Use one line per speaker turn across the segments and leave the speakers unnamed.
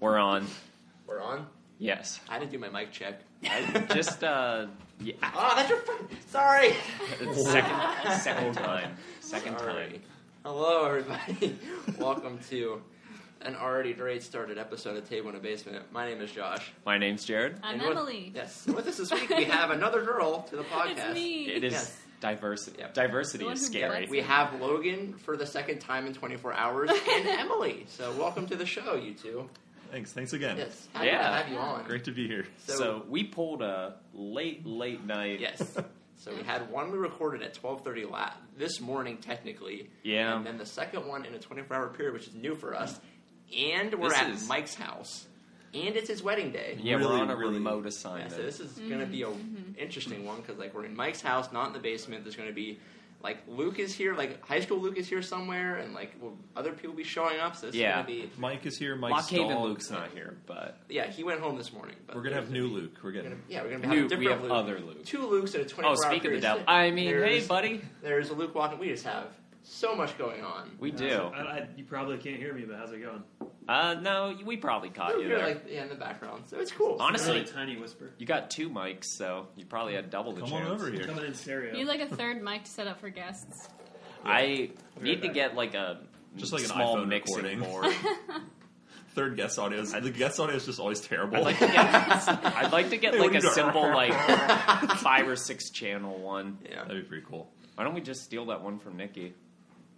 We're on.
We're on.
Yes.
I didn't do my mic check.
I just uh, yeah.
Ah, that's your friend. Sorry.
Second, second time. Second
Sorry.
time.
Hello, everybody. Welcome to an already great started episode of Table in a Basement. My name is Josh.
My name's Jared.
I'm
And with-
Emily.
yes. and With us this week, we have another girl to the podcast.
It's me.
It is
Yes.
diversity.
Yep.
Diversity
The one
is
who
scary.
gets
We have Logan for the second time in 24 hours and Emily. So, welcome to the show, you two.
Thanks. Thanks again.
Yes. Happy
Yeah.
to have you on.
Great to be here.
so, we pulled a late, late night.
Yes. So we had one we recorded at 12:30 la- this morning technically.
Yeah.
And then the second one in a 24-hour period which is new for us. And we're
This
at
is-
Mike's house. And it's his wedding day.
Yeah,
Really,
we're on a
really-
remote
Yeah,
assignment.
so this is going to be a interesting one cuz like we're in Mike's house, not in the basement. There's going to be like Luke is here, like high school Luke is here somewhere and like will other people be showing up. So this
Yeah.
is going to
Mike is here. Mike's
Lock Haven
dog.
Luke's not here, but
be Yeah, he went home this morning, but
We're gonna have new Luke. We're
we're
getting.
gonna- yeah, we're going to have
new,
a different
we have
Luke.
other Luke.
Two Lukes in a 24-hour
Oh, speak of the
period.
devil. I mean,
There's-
hey, buddy.
There's a Luke walking. We just have so much going on.
We
Yeah,
do.
so I, I, you probably can't hear me, but how's it going?
Uh, no, we probably caught you
You're
there.
like yeah, in the background, so it's cool.
Honestly,
Really tiny whisper.
you got two mics, so you probably had double the
Come
chance.
on over here.
Coming in stereo.
You need like a third mic to set up for guests.
I
We'll be
need
right
to
back.
get like a
Just like an
small
iPhone
mixing
recording.
board.
Third guest audio. is- The guest audio is just always terrible.
I'd like to get, I'd like to get
Hey,
like
what
a
do you got?
simple like five or six channel one.
yeah.
That'd be pretty cool.
Why don't we just steal that one from Nikki?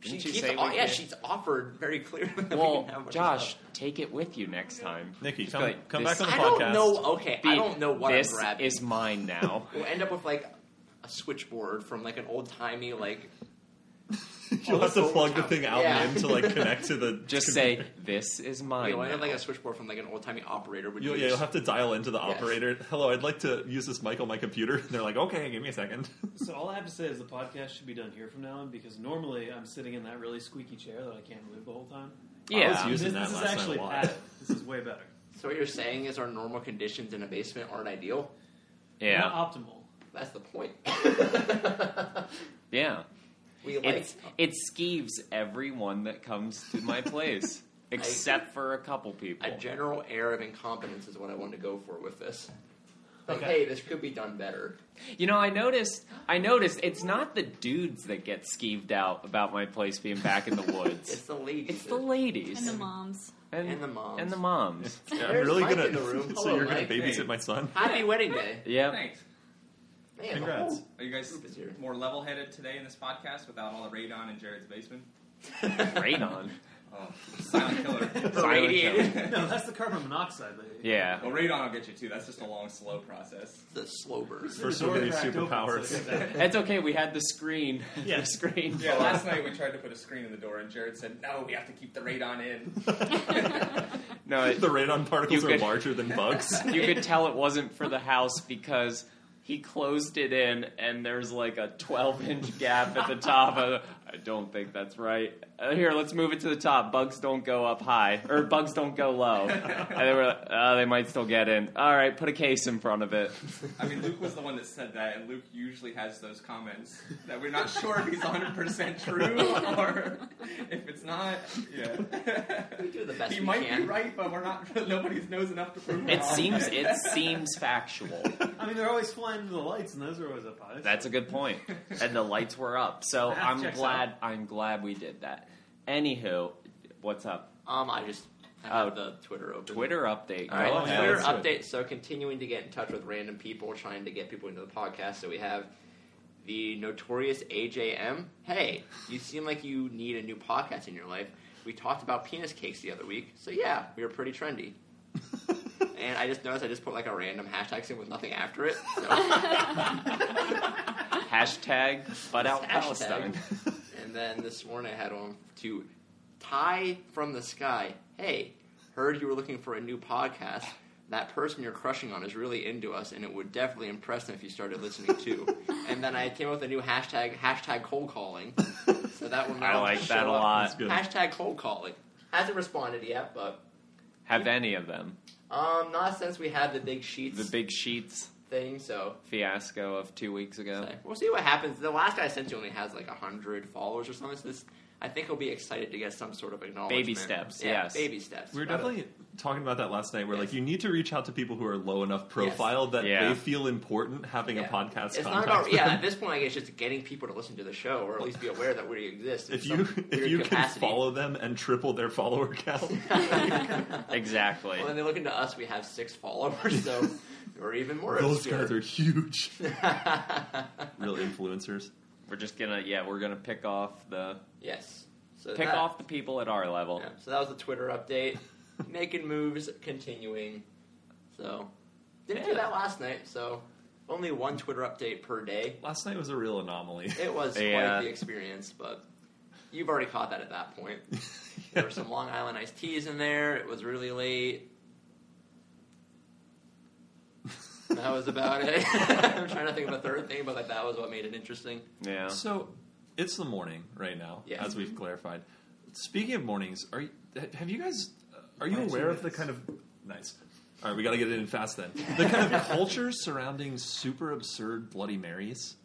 She
Didn't you
keeps
say we
oh, yeah,
could?
she's offered very clearly. that we can have a
Well,
bunch of
Josh,
stuff.
take it with you next time.
Nikki,
Just
come,
be like,
come
this-
back on the
I
podcast.
don't know. Okay, I don't know what
this
I'm grabbing.
is mine now.
We'll end up with like a switchboard from like an old timey like.
You'll have to plug the thing out
Yeah.
and in to like connect to the.
Just say this is mine.
We'll end up
now.
like a switchboard from like an old timey operator. Would
You'll,
use.
yeah, you'll have to dial into the
Yes.
operator. Hello, I'd like to use this mic on my computer. And they're like, okay, give me a second.
So all I have to say is the podcast should be done here from now on because normally I'm sitting in that really squeaky chair that I can't move the whole time.
I
yeah,
was
This,
Using that
this is
last night
actually
a lot.
padded. This is way better.
So what you're saying is our normal conditions in a basement aren't ideal.
yeah,
Not optimal.
That's the point.
yeah.
we like
It's it skeeves everyone that comes to my place, except for a couple people.
a general air of incompetence is what I want to go for with this. Like,
Okay.
hey, this could be done better.
You know, I noticed. I noticed it's not the dudes that get skeeved out about my place being back in the
It's
woods.
the ladies.
it's the ladies
And the moms.
and,
And the moms.
and the moms.
Yeah, I'm
There's
really
Mike
gonna.
in the room.
so
Hello,
you're
Mike.
gonna babysit
Hey.
my son?
Happy wedding day.
Yeah,
Thanks.
Man, the
Congrats.
whole-
Are you guys
Group is here.
more level-headed today in this podcast without all the radon in Jared's basement?
radon.
Oh, silent killer.
Radiator.
No, that's the carbon monoxide, lady.
Yeah,
well, radon will get you too. That's just a long, slow process.
The slow burn.
The
For so
door
many
cracked open,
superpowers.
so it did that.
that's okay. We had the screen.
Yeah.
the screen.
Yeah, last night we tried to put a screen in the door, and Jared said, "No, we have to keep the radon in."
No, it,
The radon particles
You
are
could-
larger than bugs.
you could tell it wasn't for the house because he closed it in, and there's like a 12 inch gap at the top. Of, I don't think that's right. Uh, here, let's move it to the top. Bugs don't go up high, or bugs don't go low. And they were like, oh, they might still get in. All right, put a case in front of it.
I mean, Luke was the one that said that, and Luke usually has those comments that we're not sure if he's 100 percent true or if it's not. Yeah,
We do the best
he
we
might
can.
be right, but we're not. Nobody knows enough to prove
It
wrong.
seems it seems factual.
I mean, they're always flying into the lights, and those are always up high.
That's a good point. And the lights were up, so
Math
I'm
checks
glad I'm glad we did that. Anywho, what's up?
Um, I just I have the Twitter open.
Oh. Twitter update.
All right,
Go
Oh, yeah,
Twitter
let's do
update. So continuing to get in touch with random people, trying to get people into the podcast. So we have the notorious AJM. Hey, you seem like you need a new podcast in your life. We talked about penis cakes the other week, so yeah, we were pretty trendy. and I just noticed I just put like a random hashtag in with nothing after it. So,
Hashtag butt out
Hashtag.
Palestine.
and then this morning I had on to Ty from the Sky. Hey, heard you were looking for a new podcast. That person you're crushing on is really into us, and it would definitely impress them if you started listening too. and then I came up with a new hashtag, hashtag cold calling. So that one
I
now
like
show
that a
up.
lot.
Good.
Hashtag cold calling. Hasn't responded yet, but
Have any of them?
um, not since we had the big sheets
The big sheets
thing. So
fiasco of two weeks ago.
We'll see what happens. The last guy I sent you only has like hundred followers or something. So this, I think he'll be excited to get some sort of acknowledgement.
Baby steps,
Yeah,
yes.
Baby steps. uh,
We were
About
definitely talking about that last night. Where like
Yes.
you need to reach out to people who are low enough profile that
Yeah.
they feel important having
Yeah.
a podcast.
It's not
contact
about yeah.
them.
At this point, I guess it's just getting people to listen to the show, or at least be aware that we exist. in
If
some
you if
weird
you
capacity.
can follow them and triple their follower count,
Exactly.
well, then they look into us. We have six followers, so we're even more.
those
obscure.
guys are huge.
yes.
Real influencers.
We're just gonna yeah, we're gonna pick off the
So
pick
that,
off the people at our level.
yeah, so that was the Twitter update. Making moves, continuing. So didn't do
Yeah.
that last night. So only one Twitter update per day.
Last night was a real anomaly.
It was
Yeah.
quite the experience, but you've already caught that at that point. There were some Long Island iced teas in there. It was really late. That was about it. I'm trying to think of a third thing, but like that was what made it interesting.
Yeah.
So it's the morning right now,
Yeah.
as we've clarified. Speaking of mornings, are you, have you guys? Are you
Five, two
aware of the
minutes.
kind of nice? All right, we got to get it in fast then. The kind of culture surrounding super absurd Bloody Marys.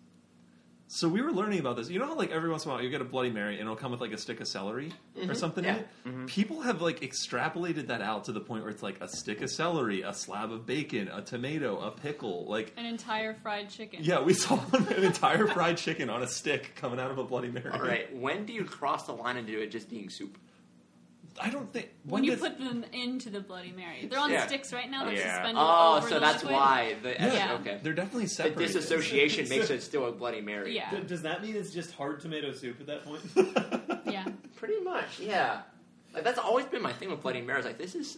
So we were learning about this. You know how like every once in a while you get a Bloody Mary and it'll come with like a stick of celery or something in
yeah.
it. People have like extrapolated that out to the point where it's like a stick of celery, a slab of bacon, a tomato, a pickle, like
An entire fried chicken.
yeah, we saw an entire fried chicken on a stick coming out of a Bloody Mary.
All right, when do you cross the line into it just being soup?
I don't think
When you
does-
put them into the Bloody Mary, they're on
Yeah.
sticks right now. They're
Yeah.
suspended
Oh,
over
so
the
that's
liquid.
why. The,
Yeah.
Okay.
they're definitely
The
separated.
disassociation makes it still a Bloody Mary.
Yeah.
D- does that mean it's just hard tomato soup at that point?
Yeah,
Pretty much, yeah. Like that's always been my thing with Bloody Marys. Like this is,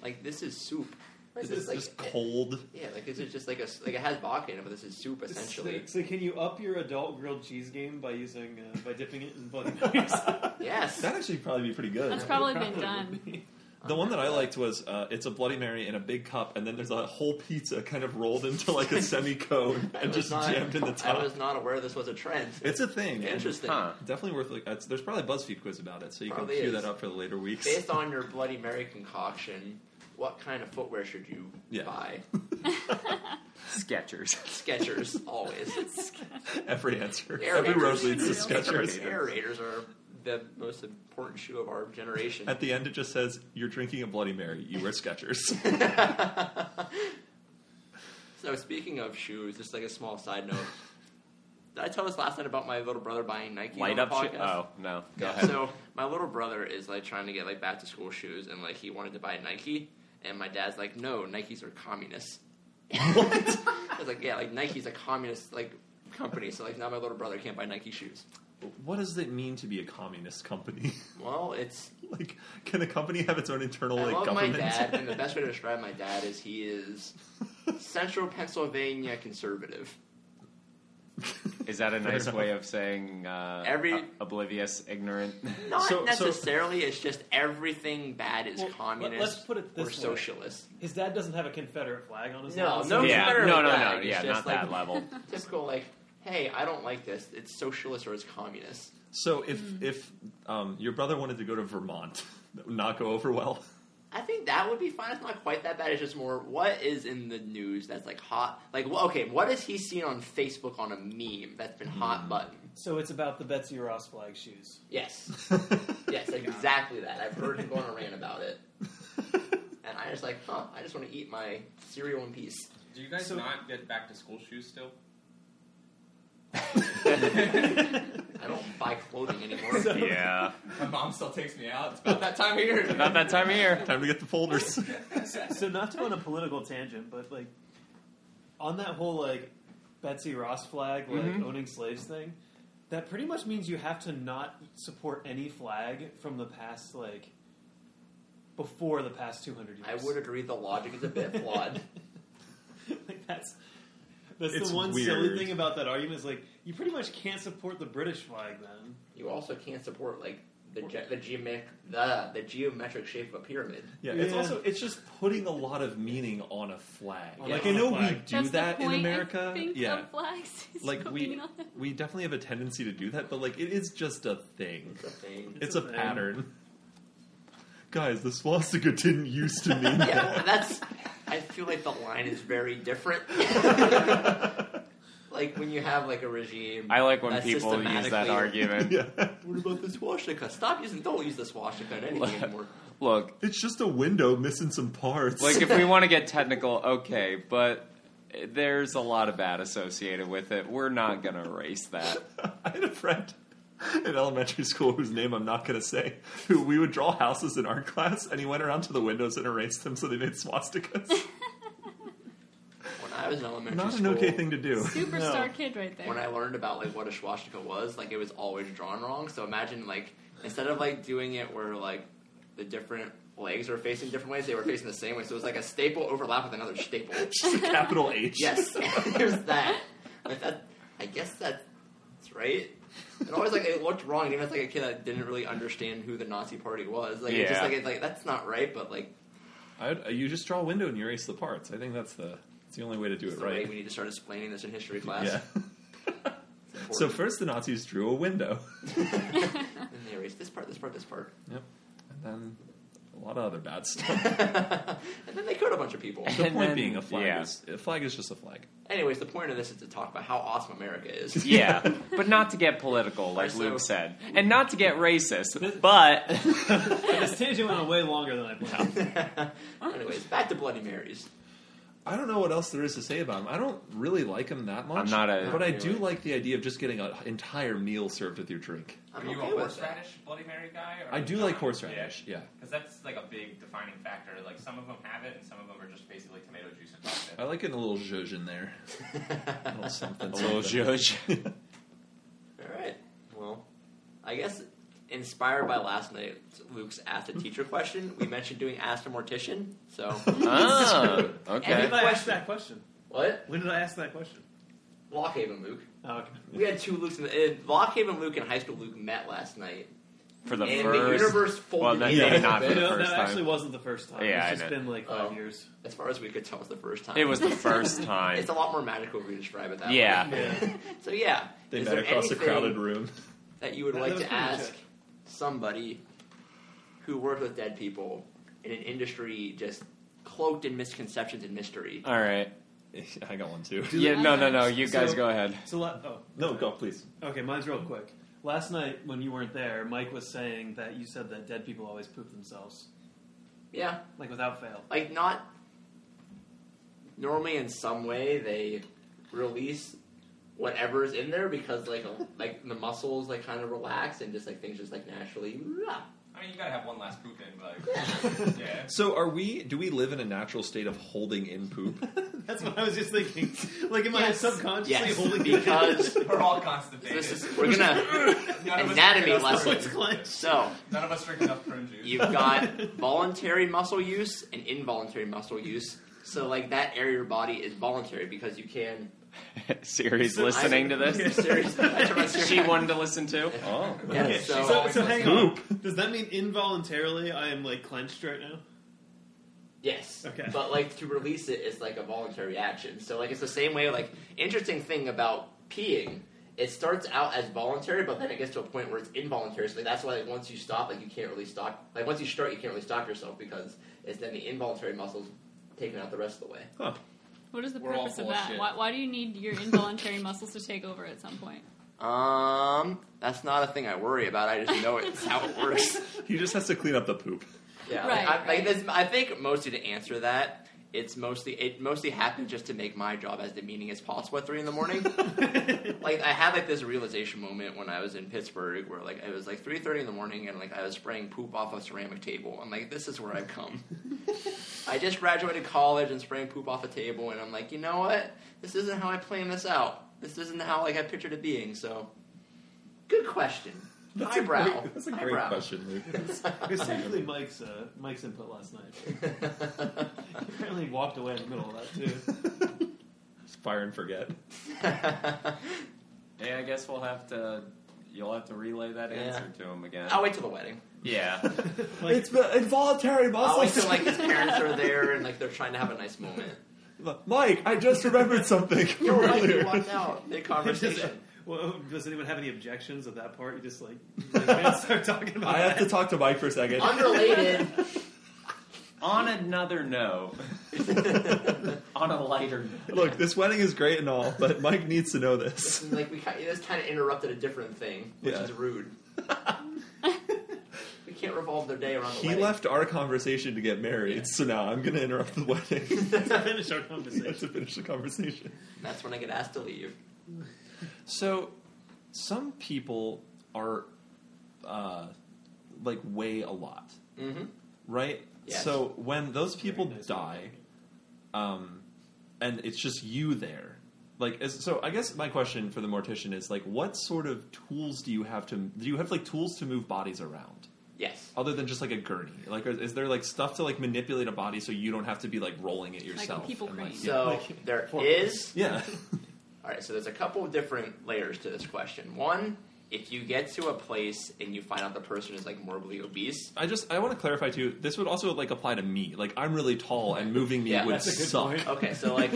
like this is soup. Like,
Is it
like,
just cold?
Yeah, like this is just like a like it has vodka in it, but this is soup essentially.
So, so can you up your adult grilled cheese game by using uh, by dipping it in Bloody Marys?
Yes.
That'd actually probably be pretty good.
that's probably been
Probably
done.
would be.
the one that I liked was uh, it's a Bloody Mary in a big cup, and then there's a whole pizza kind of rolled into like a semicone
I
and
was
just
not-
jammed in the
I
top.
was not aware this was a trend.
It's a thing. and
Interesting.
Huh.
Definitely worth. Like, it's, there's probably a BuzzFeed quiz about it, so you
Probably
can queue
is.
that up for the later weeks.
Based on your Bloody Mary concoction, what kind of footwear should you
Yeah.
buy?
Sketchers.
Skechers always.
Every answer,
Air
every
Raiders.
road leads to
Air
Skechers.
Air Raiders are the most important shoe of our generation.
At the end, it just says, "You're drinking a Bloody Mary. You wear Skechers."
so speaking of shoes, just like a small side note. Did I tell this last night about my little brother buying Nike
Light
on the
up
podcast?
shit. Oh no. Go
Yeah,
ahead.
So my little brother is like trying to get like back to school shoes, and like he wanted to buy Nike, and my dad's like, "No, Nikes are communists." what? I was like, "Yeah, like Nike's a communist like company, so like now my little brother can't buy Nike shoes."
what does it mean to be a communist company?
Well, it's
like, can a company have its own internal
I
like
love my
government?
dad, and the best way to describe my dad is he is central Pennsylvania conservative.
Is that a
Fair
nice
enough.
way of saying uh,
Every-
uh, oblivious, ignorant?
Not
So- so-
necessarily. It's just everything bad is
Well, let-
communist
let's put it this
or
way.
socialist.
His dad doesn't have a Confederate flag on his
No,
house.
no.
yeah,
better
no,
than
no,
that.
no,
It's
yeah, not
just like-
that level.
Typical like, hey, I don't like this. It's socialist or it's communist.
So if if um, your brother wanted to go to Vermont, that would not go over well.
I think that would be fine. It's not quite that bad. It's just more what is in the news that's like hot. Like, wh- okay, what has he seen on Facebook on a meme that's been hot button?
So it's about the Betsy Ross flag shoes.
Yes, yes, exactly that. I've heard him go on a rant about it, and I just like, huh? I just want to eat my cereal in peace.
Do you guys
So-
not get back to school shoes still?
I don't buy clothing anymore.
So-
yeah,
My mom still takes me out. It's about that time of year.
about that time of year.
Time to get the folders.
so not to go on a political tangent, but like on that whole like Betsy Ross flag, like
Mm-hmm.
Mhm.
owning slaves thing, that pretty much means you have to not support any flag from the past like before the past two hundred years.
I would agree the logic is a bit flawed.
like that's that's
It's
the one
weird.
silly thing about that argument is like you pretty much can't support the British flag then.
You also can't support like the ge- the geometric the the geometric shape of a pyramid.
yeah, it's
Yeah.
also it's just putting a lot of meaning on a flag.
Yeah.
Like I know we
Flag.
do
that's
that
the point,
in America.
I think,
yeah.
of flags. is
Like we
putting on-
we definitely have a tendency to do that, but like it is just a thing.
It's a thing.
It's,
It's
a,
a thing.
pattern. Guys, the swastika didn't used to mean
yeah,
that.
that's. I feel like the line is very different. like like when you have like a regime.
I like when
that
people use that
systematically-
argument.
What about this swastika? Stop using. Don't use the swastika in anything anymore.
Look,
It's just a window missing some parts.
like if we want to get technical, okay, but there's a lot of bad associated with it. We're not going to erase that.
I had a friend in elementary school whose name I'm not going to say, who we would draw houses in art class, and he went around to the windows and erased them so they made swastikas.
When I was in elementary
not an
school,
okay thing to do.
Superstar kid right there.
when I learned about like what a swastika was, like it was always drawn wrong. So imagine like instead of like doing it where like the different legs were facing different ways, they were facing the same way. So it was like a staple overlap with another staple.
Just a capital H.
yes, there's that. Like, that. I guess that- that's right. And always like it looked wrong, even as like a kid that didn't really understand who the Nazi Party was. Like it's just
Yeah.
like it's like that's not right, but like
I would, uh, you just draw a window and you erase the parts. I think that's the it's the only way to do
it's
it
the way
right.
we need to start explaining this in history class.
Yeah.
It's
so
important.
first the Nazis drew a window.
and they erased this part, this part, this part,
Yep. And then a lot of other bad stuff.
and then they killed a bunch of people.
The
And
point
then-
being, a flag
yeah.
is a flag is just a flag.
Anyways, the point of this is to talk about how awesome America is.
Yeah, but not to get political, like
So-
Luke said, and not to get racist. But
this tangent went on way longer than I planned.
Anyways, back to Bloody Marys.
I don't know what else there is to say about them. I don't really like them that much.
I'm not a-
but I do like the idea of just getting an entire meal served with your drink.
I'm
Are you
okay
a
with that.
horseradish Bloody Mary guy? Or
I do like horseradish. Yeah,
Because that's like a big defining factor. Like some of them have it, and some of them are just basically tomato juice and
I
pasta.
like getting a little zhuzh in there, a little something,
a little
something.
judge.
All right. Well, I guess inspired by last night, Luke's asked a teacher question. We mentioned doing ask a mortician. So
Oh,
When
okay.
did I ask that question?
what?
When did I ask that question?
Lockhaven Luke.
Oh, okay.
We had two Lukes. In the, uh, Lockhaven Luke and high school Luke met last night,
For the
and the
first,
universe folded.
Well, that-
in
yeah,
a
not the
bit.
No,
first
that
time.
actually wasn't the first time.
Yeah, I
it's just
know.
been like five
Oh.
years.
As far as we could tell, it was the first time.
it was the first
It's
time.
a lot more magical if we describe it that
Yeah.
way.
Yeah.
So yeah,
They
is
met
there
across a
anything-
crowded room.
that you would
That-
like
that was
to
pretty much
ask somebody who worked with dead people in an industry just cloaked in misconceptions and mystery.
All right.
I got one too.
Yeah. No. No. No.
others.
You guys
So-
go ahead.
So la- oh
No, go please.
okay, mine's real quick. Last night when you weren't there, Mike was saying that you said that dead people always poop themselves,
Yeah,
like without fail.
like not normally in some way they release whatever is in there because like a, like the muscles like kind of relax and just like things just like naturally.
I mean, you gotta have one last poop in, but yeah.
So, are we? Do we live in a natural state of holding in poop?
That's what I was just thinking. Like, am I
Yes.
subconsciously
Yes,
holding
because
We're all constipated.
this is we're gonna
None of us
anatomy
drink enough
lesson.
prune
It's
juice.
clenched.
so
None of us drink enough prune juice.
You've got voluntary muscle use and involuntary muscle use. So like that area of your body is voluntary because you can.
Siri's
So I-
listening to this.
Seriously, I turn my
She
serious-
wanted to listen to.
Oh,
Yeah,
Okay,
so-
she's
So,
always
so hang
listening.
on. Does that mean involuntarily I am like clenched right now?
Yes.
Okay.
But like to release it is like a voluntary action. So like it's the same way. Like interesting thing about peeing, it starts out as voluntary, but then it gets to a point where it's involuntary. So like, that's why like, once you stop, like you can't really stop. Like once you start, you can't really stop yourself because it's then the involuntary muscles taking out the rest of the way.
what is the
We're all
purpose of
full of
that?
shit.
Why, why do you need your involuntary muscles to take over at some point?
Um, that's not a thing I worry about. I just know it's how it works.
he just has to clean up the poop.
Yeah,
Right,
like, I, like
right.
this, I think mostly to answer that, it's mostly it mostly happened just to make my job as demeaning as possible at three in the morning. like I had like this realization moment when I was in Pittsburgh where like it was like three thirty in the morning and like I was spraying poop off a ceramic table. I'm like, this is where I've come. I just graduated college and spraying poop off a table, and I'm like, you know what? This isn't how I planned this out. This isn't how like I pictured it being. So, good question.
That's
Eyebrow.
A great, that's a great
Eyebrow.
question, Luke.
It was technically Mike's uh, Mike's input last night. Apparently, he walked away in the middle of that too.
Fire and forget.
Yeah, I guess we'll have to. You'll have to relay that
Yeah. Oh.
answer to him again.
I'll wait till the wedding.
Yeah.
Like-
it's the involuntary
I like to like his parents are there and like they're trying to have a nice moment.
Mike, I just remembered something from earlier.
walked out mid
Just,
conversation.
well, does anyone have any objections at that part? You just like you guys start talking about
I have to
that.
talk to Mike for a second.
Unrelated.
On another note, on a lighter note,
Look, this wedding is great and all, but Mike needs to know this.
And, like we kind this kind of interrupted a different thing, which
Yeah.
is rude. we can't revolve their day around. The
He
wedding.
left our conversation to get married, so now I'm going to interrupt the wedding
to finish our
to
conversation.
finish the conversation.
That's when I get asked to leave.
So, some people are uh, like weigh a lot,
Mm-hmm.
right?
Yes.
So when those people
Very nice.
die, um, and it's just you there, like as, so. I guess my question for the mortician is like, what sort of tools do you have to? Do you have like tools to move bodies around?
Yes.
Other than just like a gurney, like is, is there like stuff to like manipulate a body so you don't have to be like rolling it yourself?
people
and, like,
crane.
yeah.
So
like-
there
Forward.
is.
yeah,
All right. So there's a couple of different layers to this question. One, if you get to a place and you find out the person is like morbidly obese,
I just I want to clarify too. This would also like apply to me. Like I'm really tall, and moving me
Yeah,
would
that's a good
suck.
point.
Okay, so like,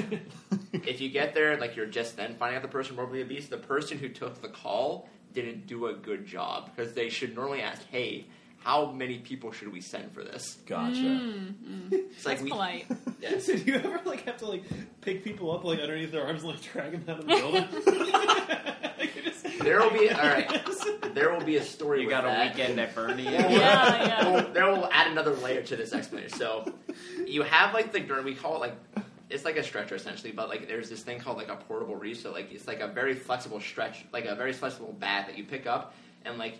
if you get there, like you're just then finding out the person morbidly obese, the person who took the call didn't do a good job because they should normally ask, "Hey, how many people should we send for this?"
Gotcha.
It's like
Mm, That's
we,
polite.
yes,
So do you ever like have to like pick people up like underneath their arms and like drag them out of the building? Like, you just-
there will be all right. There will be a story.
you
with
got a
that.
weekend at Bernie.
Yeah.
Yeah, yeah.
There will- there will add another layer to this explanation. So you have like the dur- we call it like it's like a stretcher essentially, but like there's this thing called like a portable reach. So like it's like a very flexible stretch, like a very flexible bat that you pick up and like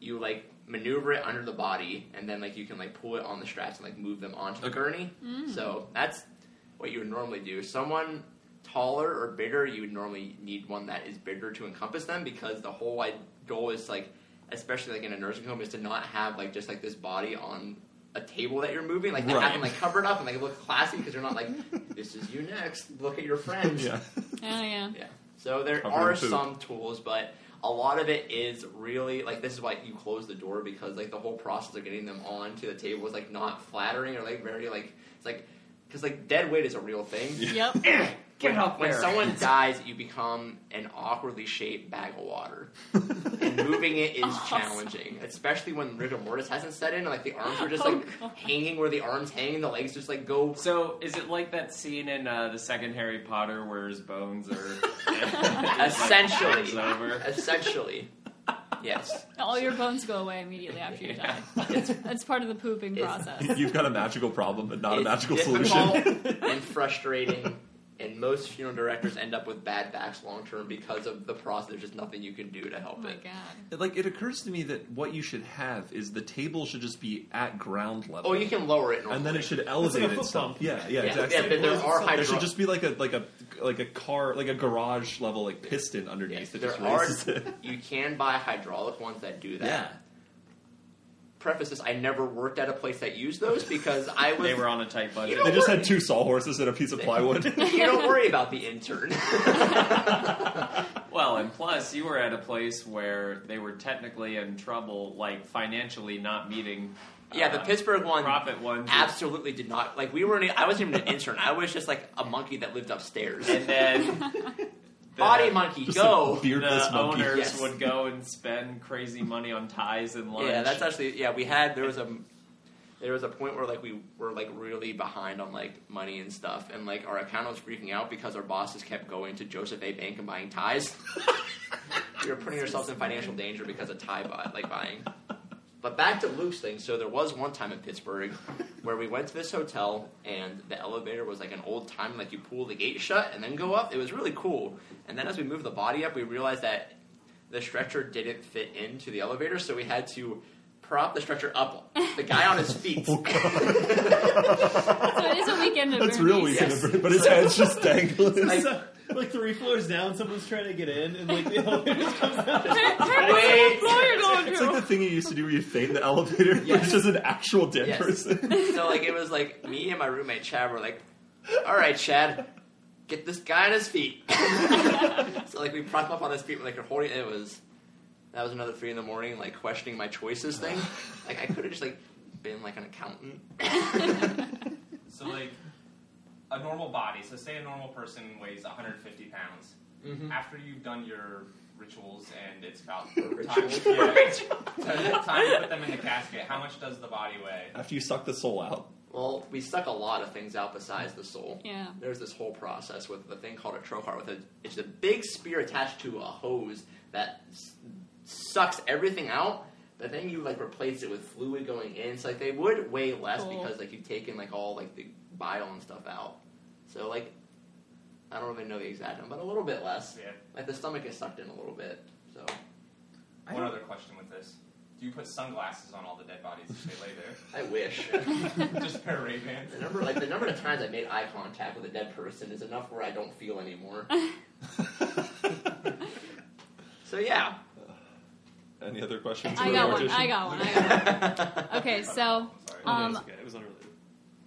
you like maneuver it under the body, and then like you can like pull it on the straps and like move them onto the
Okay.
gurney.
Mm.
So that's what you would normally do. Someone taller or bigger, you would normally need one that is bigger to encompass them because the whole like, goal is like, especially like in a nursing home, is to not have like just like this body on a table that you're moving, like to have
Right.
them like covered up and like look classy because you're not like, this is you next. Look at your friends.
yeah.
Mm. Yeah, yeah.
Yeah. So there
Covered
are
in poop.
some tools, but a lot of it is really like this is why you close the door because like the whole process of getting them onto the table is like not flattering or like very like it's like because like dead weight is a real thing.
Yep.
Get
when,
off
when
there.
someone dies, you become an awkwardly shaped bag of water. and moving it is
Awesome.
challenging, especially when rigor mortis hasn't set in. And, like the arms are just
Oh,
like
God.
hanging where the arms hang, the legs just like go.
So is it like that scene in uh, the second Harry Potter where his bones are
Essentially.
It's over?
essentially, yes.
All your bones go away immediately after you die. That's part of the pooping
It's-
process.
You've got a magical problem, but not a
It's
magical solution.
difficult and frustrating. And most funeral directors end up with bad backs long term because of the process. There's just nothing you can do to
Oh
help
my
it.
god.
like it occurs to me that what you should have is the table should just be at ground level,
Oh, you can lower it normally.
and then it should
It's
elevate
like a foot
itself.
bump.
Yeah, yeah,
yeah,
exactly.
yeah, but there are hydro-
there should just be like a like a like a car like a garage level like piston underneath
Yeah,
that just
there are-
raises it.
You can buy hydraulic ones that do that.
Yeah,
Preface this: I never worked at a place that used those because I was.
They were on a tight budget.
they just had two sawhorses and a piece of plywood.
you don't worry about the intern.
Well, and plus, you were at a place where they were technically in trouble, like financially not meeting.
yeah, the
uh,
Pittsburgh one
profit one.
absolutely did not. Like we weren't. e- I wasn't even an intern. I was just like a monkey that lived upstairs.
and then the,
Body monkey,
Just
go.
a beardless
the
monkey.
owners
Yes.
would go and spend crazy money on ties and lunch.
Yeah, that's actually yeah. We had there was a there was a point where like we were like really behind on like money and stuff, and like our accountant was freaking out because our bosses kept going to Joseph A. Bank and buying ties. we were putting ourselves in financial danger because of tie buy, like buying. But back to Luke's thing. So there was one time in Pittsburgh where we went to this hotel and the elevator was like an old time, like you pull the gate shut and then go up. It was really cool. And then as we moved the body up, we realized that the stretcher didn't fit into the elevator, so we had to prop the stretcher up, the guy on his feet.
So it is a weekend of
That's real
Bernie's.
weekend, but his head's just dangling.
Like,
So, like three floors down, someone's trying to get in, and like the elevator just comes out.
Where- where was the
Wait.
floor you're going
It's
to?
like the thing you used to do where you feign the elevator, which
Yes.
is just an actual dead
Yes.
person.
so like it was like me and my roommate Chad were like, "All right, Chad, get this guy on his feet." so like we propped him up on his feet, like we're holding. It was that was another three in the morning, like questioning my choices thing. Like I could have just like been like an accountant.
So like a normal body. So say a normal person weighs 150 pounds. After you've done your rituals and it's about time,
Rituals.
yeah, time to put them in the casket. How much does the body weigh?
After you suck the soul out.
Well, we suck a lot of things out besides the soul.
Yeah.
There's this whole process with the thing called a trochar. With a, it's a big spear attached to a hose that s- sucks everything out. But then you like replace it with fluid going in. So like they would weigh less
Cool.
because like you've taken like all like the bile and stuff out. So like I don't really know the exact number, but a little bit less.
Yeah.
Like the stomach is sucked in a little bit. So
I
One
don't-
other question with this: Do you put sunglasses on all the dead bodies if they lay there?
I wish.
Just a pair of Ray Bans.
The number, like the number of times I made eye contact with a dead person, is enough where I don't feel anymore. So yeah.
Any other questions?
I
for
got
the
one. I
mortician?
got one. I got one. Okay, so
Sorry.
Oh, no,
Um,
it's okay. It was unrelated.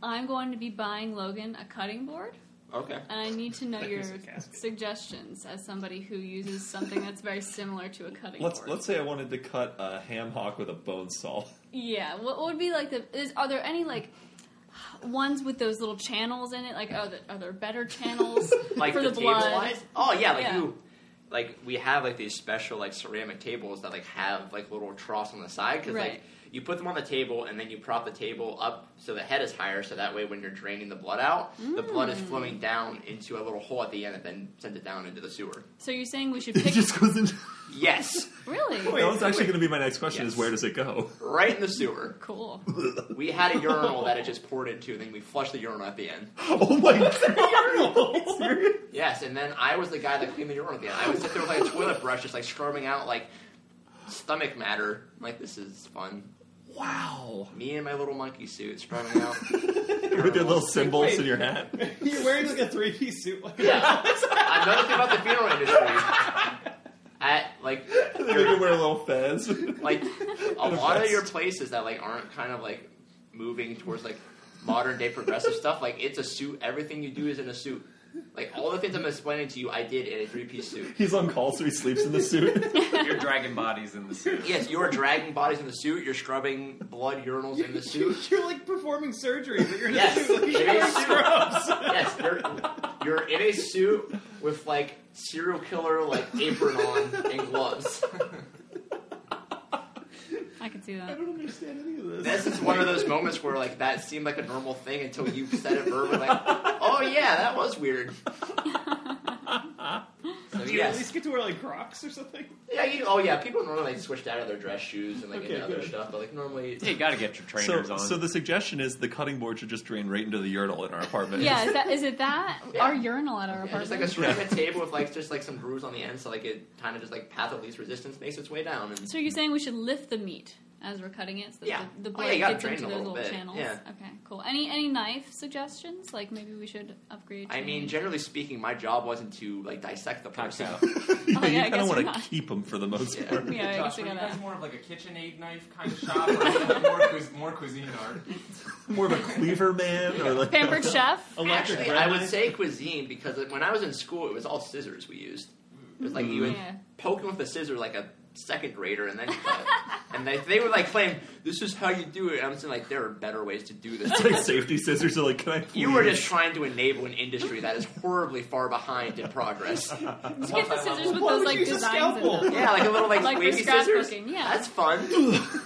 I'm going to be buying Logan a cutting board,
okay.
and I need to know your
Here's a casket.
suggestions as somebody who uses something that's very similar to a cutting
Let's
board.
let's say I wanted to cut a ham hock with a bone saw.
Yeah. What would be like the? Is are there any like ones with those little channels in it? Like, oh, the, are there better channels
Like
for
the,
the, blood?
table wise. Oh yeah, like
Yeah.
you. Like we have like these special like ceramic tables that like have like little troughs on the side because like
Right.
you put them on the table and then you prop the table up so the head is higher so that way when you're draining the blood out the blood is
Mm.
flowing down into a little hole at the end and then sends it down into the sewer.
So you're saying we should pick?
goes into.
Yes,
really?
that was actually going to be my next question: Is
Yes.
where does it go?
right in the sewer.
Cool.
We had a urinal that it just poured into, and then we flushed the urinal at the end.
oh my god!
Yes, and then I was the guy that cleaned the urinal again. I would sit there with like a toilet brush, just like scrubbing out like stomach matter. I'm like this is fun.
wow!
Me and my little monkey suit scrubbing out.
With your little symbols
Wait.
in your hat.
You're wearing like a three piece suit.
yeah, another thing about the funeral industry. At like,
And then you can wear a little fez.
like a
The
lot of
best.
your places that like aren't kind of like moving towards like modern day progressive stuff. Like it's a suit. Everything you do is in a suit. Like all the things I'm explaining to you, I did in a three piece suit.
He's on call, so he sleeps in the suit.
Your dragon bodies in the suit.
Yes, you are dragging bodies in the suit. You're scrubbing blood urinals in the suit.
You're like performing surgery, but you're in a
Yes,
suit. Like,
it
you're wearing
is true.
scrubs.
Yes, you're, you're in a suit with like serial killer like apron on and gloves.
I can see that.
don't understand any of
This is one of those moments where like that seemed like a normal thing until you said it verbally. Like, oh yeah, that was weird. So,
Do you at
yes.
least get to wear like Crocs or something?
Yeah. You, oh yeah. People normally like, switched out of their dress shoes and like
Okay,
into other
good.
stuff, but like normally.
You gotta get your trainers
So,
on.
so the suggestion is the cutting board should just drain right into the urinal in our apartment.
Yeah, is that is it that
Yeah.
our urinal at our
Yeah, just
apartment?
like a ceramic table with like just like some grooves on the end, so like it kind of just like path of least resistance makes its way down. And
so you're saying we should lift the meat as we're cutting it, so that
Yeah.
the, the
Oh,
blade
yeah, you gotta
gets
drain
into
it a
those
little
little
bit,
channels.
yeah.
Okay, cool. Any any knife suggestions? Like maybe we should upgrade.
I
to-
mean, generally speaking, my job wasn't to like dissect the
Cox
person.
out.
you
yeah, I
kind
guess
of want
not.
to keep them for the most
Yeah.
part.
yeah, I
Josh,
guess
were
we
you
got
guys
that.
more of like a KitchenAid knife kind of shop, or more, cuis- more cuisine art?
More of a cleaver man or like
Pampered chef.
Electric
Actually,
bread
I would
knife?
say cuisine because when I was in school, it was all scissors we used. It was like you would
Yeah.
poke them with a scissor like a second grader, and then cut. and they, they would like claim this is how you do it. I'm saying like there are better ways to do this.
It's like safety scissors are like, can I please?
You were just trying to enable an industry that is horribly far behind in progress.
Did you get the scissors with
Why
those
would
like
you use a
designs in
scalpel?
them?
Yeah, like a little like,
Like for
wavy scissors.
scrapbooking, yeah.
That's fun.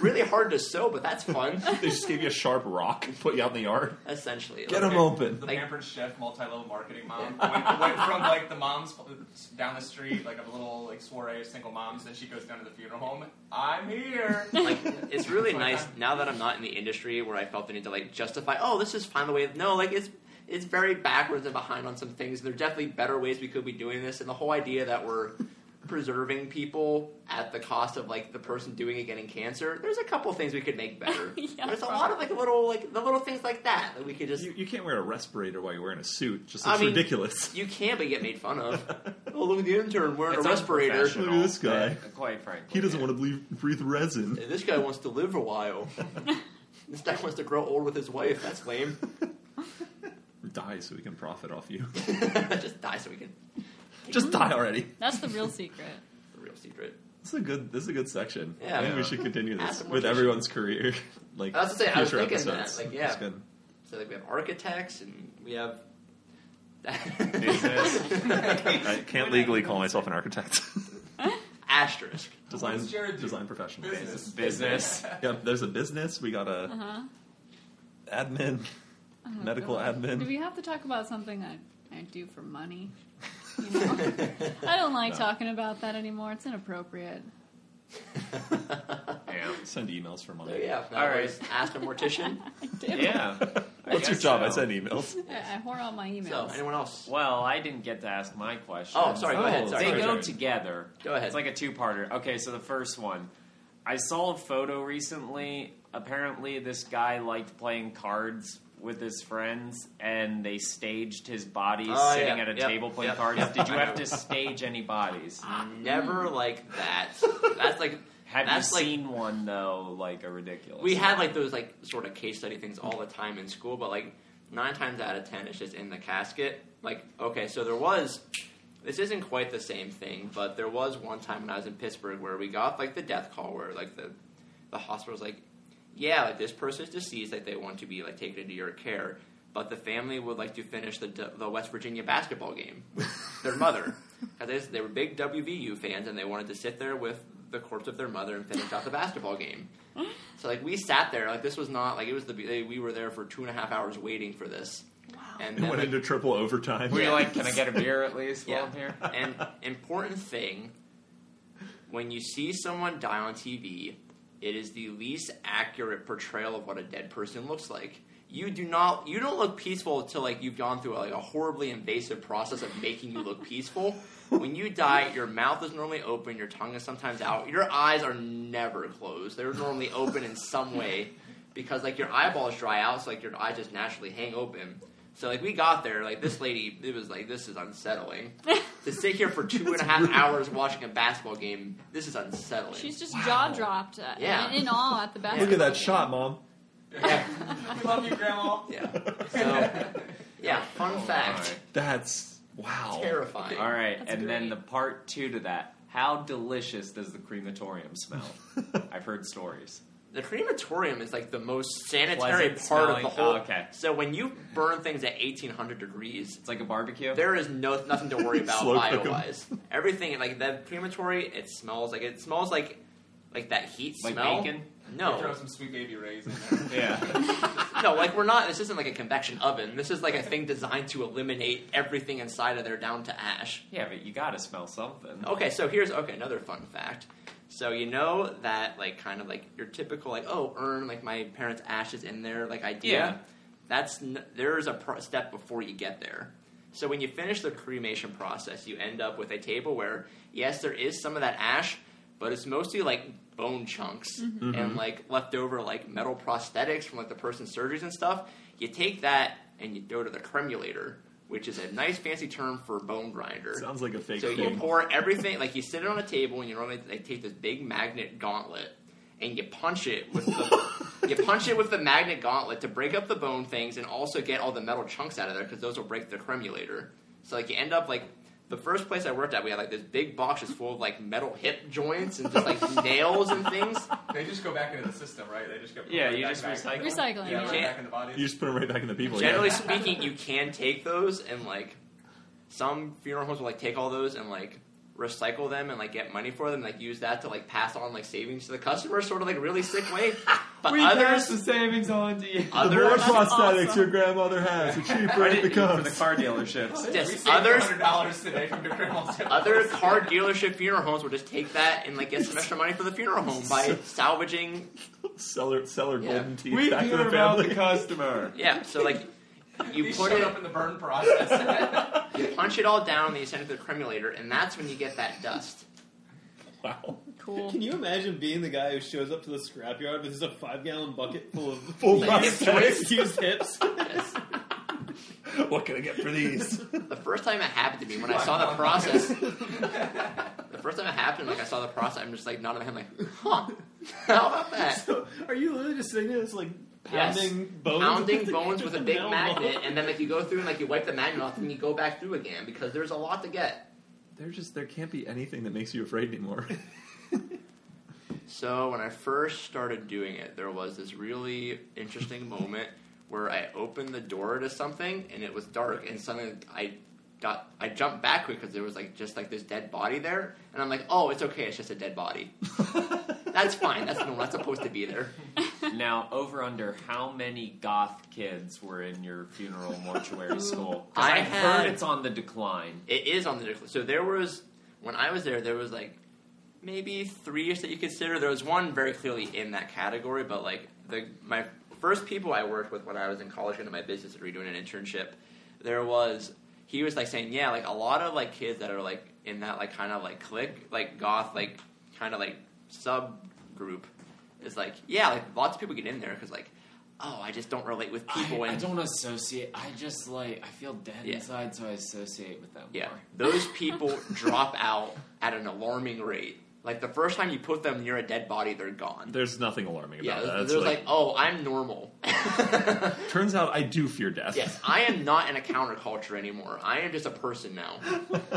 really hard to sew, but that's fun.
They just gave you a sharp rock and put you out in the yard.
Essentially,
Get them
The
open.
Like-
pampered chef, multi-level marketing mom went, went from like the moms uh, down the street, like a little like soiree of single moms, and she goes down to the funeral home. I'm here.
like it's really
That's what I
nice
thought.
now that I'm not in the industry where I felt the need to like justify. Oh, this is fine the way. No, like it's it's very backwards and behind on some things. There are definitely better ways we could be doing this, and the whole idea that we're preserving people at the cost of like the person doing it getting cancer. There's a couple things we could make better.
Yeah,
there's a lot of like little like the little things like that that we could just.
You, you can't wear a respirator while you're wearing a suit. Just
I
looks
mean-
ridiculous.
You can, but get made fun of. oh, look at the intern wearing
It's
a respirator.
unprofessional.
Look at this guy.
Quite frankly,
He doesn't want to breathe, breathe resin.
Hey, This guy wants to live a while. this guy wants to grow old with his wife. That's lame.
Die so we can profit off you.
just die so we can.
Just die already.
That's the real secret.
The real secret.
This is a good. This is a good section.
Yeah.
I think we
Yeah.
should continue this
Ask
with
Mortician.
everyone's career. Like
I was gonna say, I was
future
thinking that,
episodes.
like, yeah.
It's good.
So like we have architects and we have.
I can't legally call myself an architect.
Uh-huh.
Asterisk.
design
does Jared do?
design professional.
Business.
business.
Yep. There's a business. We got a
Uh huh.
admin.
Oh my
Medical
Oh, God.
admin.
Do we have to talk about something I, I do for money? You know? I don't like
No.
talking about that anymore. It's inappropriate.
Yeah.
Send emails for
So
money.
yeah, if not,
All
we're
right.
just ask a mortician.
I do.
Yeah. I
What's your
guess
job? I
so.
send emails.
I, I whore out my
so
emails.
anyone else?
Well, I didn't get to ask my question.
Oh, sorry. Go
Oh,
ahead. Sorry.
they
they
sorry,
go
sorry.
together.
Go ahead.
It's like a two-parter. Okay, so the first one, I saw a photo recently. Apparently, this guy liked playing cards with his friends, and they staged his bodies
Oh,
sitting
yeah,
at a
yep,
table playing
yep,
cards.
yep.
Did you
I
have
know.
to stage any bodies?
Never like that. That's like
Have
That's
you
like-
seen one though? Like a ridiculous.
we
one?
had like those like sort of case study things all the time in school, but like nine times out of ten, it's just in the casket. Like, okay, so there was. This isn't quite the same thing, but there was one time when I was in Pittsburgh where we got like the death call, where like the the hospital's like, yeah, like this person's deceased, like they want to be like taken into your care, but the family would like to finish the the West Virginia basketball game with their mother because they were big WVU fans and they wanted to sit there with the corpse of their mother and finish out the basketball game. So like we sat there, like this was not like it was the they- we were there for two and a half hours waiting for this,
wow.
and
It
then,
went
like,
into triple overtime.
Were you like, can I get a beer at least while
Yeah.
I'm here?
an important thing when you see someone die on TV, it is the least accurate portrayal of what a dead person looks like. You do not you don't look peaceful until like you've gone through like a horribly invasive process of making you look peaceful. When you die, your mouth is normally open, your tongue is sometimes out, your eyes are never closed. They're normally open in some way because like your eyeballs dry out, so like your eyes just naturally hang open. So like we got there, like this lady, it was like this is unsettling to sit here for two and a half hours watching a basketball game. This is unsettling.
She's just jaw dropped uh,
Yeah.
and in awe at the basketball.
Look at that
game.
shot, mom.
yeah,
We love you, Grandma.
yeah. So yeah, fun
Oh,
fact,
That's wow.
terrifying.
All right,
That's
and then
great.
the part two to that. How delicious does the crematorium smell? I've heard stories.
The crematorium is like the most sanitary part of
smelling-
the whole.
oh, okay.
So when you burn things at eighteen hundred degrees,
It's like a barbecue.
there is no nothing to worry about
Slow cook 'em.
bio-wise. Everything like that crematory, it smells like it smells like like that heat
like
smell.
bacon.
No,
Throw some sweet baby rays in there.
Yeah.
No, like we're not. This isn't like a convection oven. This is like a thing designed to eliminate everything inside of there down to ash.
yeah, but you gotta smell something.
Okay, so here's okay another fun fact. So you know that like kind of like your typical like oh urn like my parents' ashes in there like idea.
Yeah.
That's n- there is a pro- step before you get there. So when you finish the cremation process, you end up with a table where yes, there is some of that ash, but it's mostly like bone chunks and like leftover like metal prosthetics from like the person's surgeries and stuff. You take that and you go to the cremulator, which is a nice fancy term for bone grinder.
Sounds like a fake
So you
thing.
pour everything, like you sit it on a table, and you normally like take this big magnet gauntlet, and you punch it with the you punch it with the magnet gauntlet to break up the bone things, and also get all the metal chunks out of there because those will break the cremulator. So like you end up like the first place I worked at, we had like this big box just full of like metal hip joints and just like nails and things.
They just go back into the system, right? They just go.
Yeah,
right
you
back,
just
back.
recycle.
Recycling.
Yeah,
Yeah.
right
Yeah.
back in the body.
You just put them right back in the people. yeah.
Generally speaking, you can take those and like some funeral homes will like take all those and like recycle them and like get money for them, like use that to like pass on like savings to the customer, sort of like really sick way. But others,
Uh, savings on to you.
The more
others,
That's
prosthetics
awesome.
your grandmother has, the cheaper
I didn't
it
for the
becomes.
car dealerships.
we
just
saved
others,
hundred dollars today from your grandma's.
other car dealership funeral homes will just take that and like get some extra money for the funeral home by salvaging.
Seller, seller,
Yeah.
golden teeth back to the family.
customer.
Yeah, so like you
These
put
showed
it
up in the burn process.
you punch it all down, and you send it to the cremulator, and that's when you get that dust.
Wow,
Cool.
Can you imagine being the guy who shows up to the scrapyard with just a five gallon bucket full of
full
Yes.
prosthetics.
used hips?
Yes.
What can I get for these?
The first time it happened to me, when I saw the process, the first time it happened, like I saw the process, I'm just like nodding my head, like, huh? How about that?
So, are you literally just sitting there, just like
Yes.
pounding bones,
Pounding
with a-
bones with a big
metal
magnet,
ball?
and then like you go through and like you wipe the magnet off, and you go back through again because there's a lot to get.
There just there can't be anything that makes you afraid anymore.
So when I first started doing it, there was this really interesting moment where I opened the door to something, and it was dark, and suddenly I. Got, I jumped backward because there was like just like this dead body there, and I'm like, oh, it's okay, it's just a dead body. That's fine. That's normal. That's supposed to be there.
Now, over under, how many goth kids were in your funeral mortuary school? 'Cause
I
I've heard
had-
it's on the decline.
It is on the decline. So there was when I was there, there was like maybe three-ish that you consider. There was one very clearly in that category, but like the my first people I worked with when I was in college into my business degree doing an internship, there was he was like saying, yeah, like a lot of like kids that are like in that like kind of like click like goth like kind of like subgroup is like yeah, like lots of people get in there because like oh I just don't relate with people and
associate. I just like I feel dead
Yeah.
inside, so I associate with them
Yeah, those people drop out at an alarming rate. Like the first time you put them near a dead body, they're gone.
There's nothing alarming
yeah,
about that. It's
there's like,
like-
oh, I'm normal.
turns out I do fear death.
yes, I am not in a counterculture anymore. I am just a person now.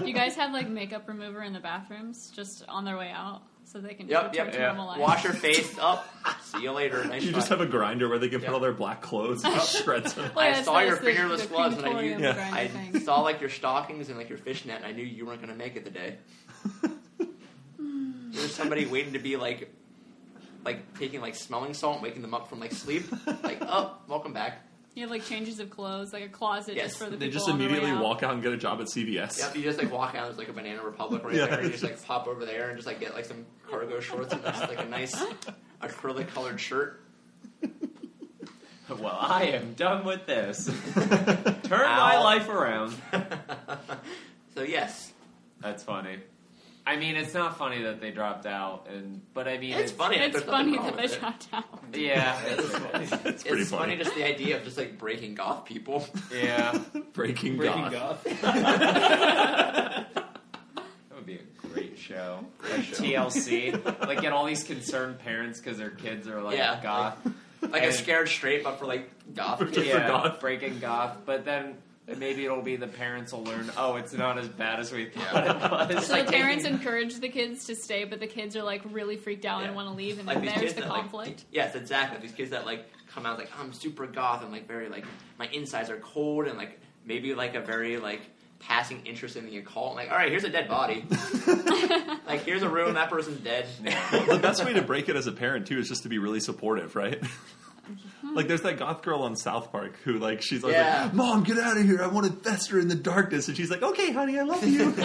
You guys have like makeup remover in the bathrooms just on their way out so they can
Yep,
return
yep,
to
yeah.
normal life.
Wash your face up. See you later. Nice
You
try.
just have a grinder where they can put
Yeah.
all their black clothes and shreds them.
Well,
I
Oh, yeah, it's
saw
nice,
your
the-
fingerless
the
gloves and I knew-
crematorium
Yeah.
grinder
I
thing.
saw like your stockings and like your fishnet, and I knew you weren't gonna make it today. there was somebody waiting to be like, like taking like smelling salt, and waking them up from like sleep. Like, oh, welcome back.
You have like changes of clothes, like a closet
Yes.
just for the
They
people
just
on their way
immediately
out.
walk out and get a job at CVS.
Yep, you just like walk out. There's like a Banana Republic right
Yeah,
there. You
it's
just like pop over there and just like get like some cargo shorts and just like a nice acrylic colored shirt.
Well, I am done with this. Turn my
Ow.
life around.
so yes,
That's funny. I mean, it's not funny that they dropped out, and but I mean,
it's, funny.
It's
There's nothing
funny
wrong
that they
with it.
shot out.
Yeah,
It's funny.
It's pretty
It's funny
funny.
just the idea of just like breaking goth people.
yeah.
Breaking,
Breaking
God.
Goth.
That would be a great show.
Great
like
show.
TLC. like get all these concerned parents because their kids are like
Yeah,
goth.
Like a
And-
scared straight, but for like goth.
For
kids.
just-
yeah,
goth.
breaking goth. But then maybe it'll be the parents will learn, oh, it's not as bad as we thought it was.
It's
So
like
the parents
taking-
encourage the kids to stay, but the kids are like really freaked out
Yeah.
and want to leave, and
Like
then
these
there's
kids
the
that, like,
conflict.
Yes, exactly. These kids that like come out like "Oh, I'm super goth and like very like my insides are cold and like maybe like a very like passing interest in the occult. like, all right, here's a dead body. like here's a room that person's dead.
Well, the best way to break it as a parent too is just to be really supportive, right? like there's that goth girl on South Park who like she's always
Yeah.
like, "Mom, get out of here! I want to fester in the darkness," and she's like, "Okay, honey, I love you."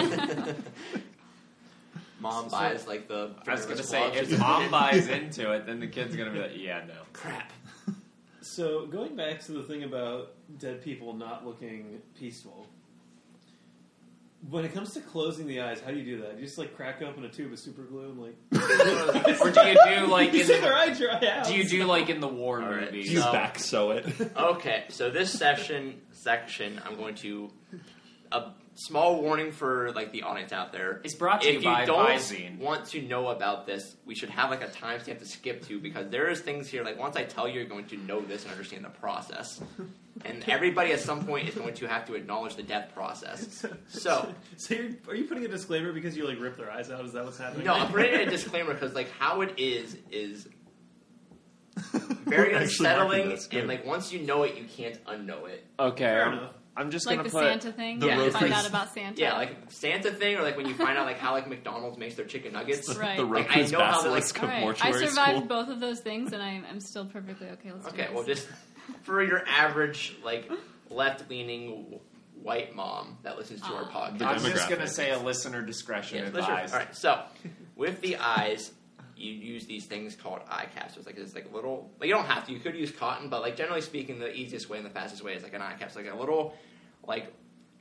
Mom
So-
buys like the.
I was gonna
Ferris
say,
Glove
if
just-
mom buys into it, then the kid's gonna be like, yeah, no.
crap.
So going back to the thing about dead people not looking peaceful. When it comes to closing the eyes, how do you do that? You just like crack open a tube of super glue and like
Or do you do like
you
in
see
the,
their eye dry out.
do you do like in the war
All right.
movies?
She's
So-
back sew it.
Okay, so this session section, I'm going to a small warning for like the audience out there.
It's brought to
if
you by
don't
Visine.
want to know about this, we should have like a timestamp to skip to because there is things here. Like once I tell you, you're going to know this and understand the process. And everybody at some point is going to have to acknowledge the death process. So-
so you're, are you putting a disclaimer because you like rip their eyes out? Is that what's happening?
No, I'm putting in a disclaimer because like how it is is very
We're actually marking
unsettling,
this. Good.
and like once you know it, you can't unknow it.
Okay,
Fair
I'm,
enough.
I'm just
Like
gonna
the
put
Santa thing.
the
you
road
find
face-
out about Santa.
Yeah, like Santa thing, or like when you find out like how like McDonald's makes their chicken nuggets.
Right.
The
Like, I
Roku's
know how, like-
basilisk
All
of
right, I
mortuary
survived
school.
both of those things, and I'm, I'm still perfectly okay. Let's
Okay,
do
well,
this.
just for your average like left-leaning white mom that listens to our
Aw.
podcast.
The
I was just
demographic.
gonna say a listener discretion
Yeah, let's just-
advised.
all right, so with the eyes, you use these things called eye caps. It's like it's like a little. Like you don't have to. You could use cotton, but like generally speaking, the easiest way and the fastest way is like an eye cap. It's like a little like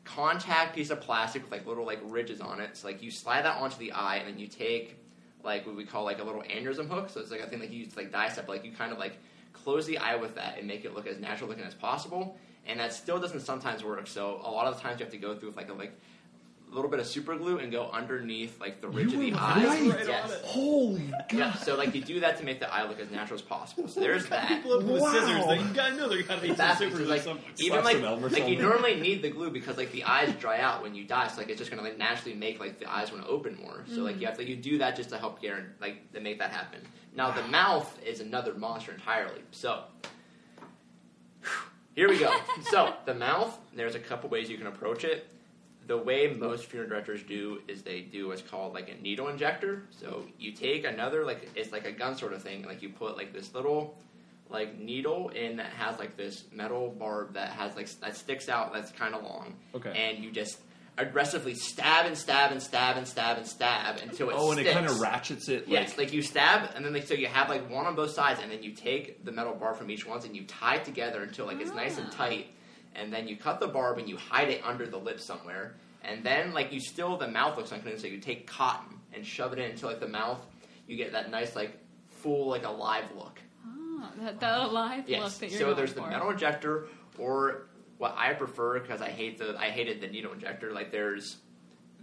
contact piece of plastic with like little like ridges on it. So like you slide that onto the eye, and then you take like what we call like a little aneurysm hook. So it's like a thing that you use to like dissect. but, Like you kind of like close the eye with that and make it look as natural looking as possible. And that still doesn't sometimes work. So a lot of the times you have to go through with like a like a little bit of super glue and go underneath like the ridge of the eye.
right
yes.
on it.
Holy
Yeah, so like you do that to make the eye look as natural as possible. So there's that.
People open with
Wow.
scissors. They, you gotta know they're gotta be some
That's
super glue
like
somewhere.
even
Slap
like
some Elmer
like you
something.
normally need the glue because like the eyes dry out when you die, so like it's just gonna like naturally make like the eyes want to open more. So like you have to you do that just to help guarantee like to make that happen. Now the mouth is another monster entirely. So here we go. so the mouth, there's a couple ways you can approach it. The way most funeral directors do is they do what's called like a needle injector. So you take another like it's like a gun sort of thing, like you put like this little like needle and that has like this metal barb that has like s- that sticks out that's kind of long.
Okay.
And you just aggressively stab and stab and stab and stab and stab until it
oh, and it kind
sticks.
of ratchets it. Like,
Yes, like you stab, and then like so you have like one on both sides, and then you take the metal barb from each one, and you tie it together until like it's nice and
Ah.
tight, and then you cut the barb and you hide it under the lip somewhere, and then like you still the mouth looks unclean, so you take cotton and shove it in until like the mouth, you get that nice like full like alive look.
Oh, that, that alive look
Yes.
that you're
So
going
there's the
for.
metal injector, or what I prefer because I hate the I hated the needle injector. Like there's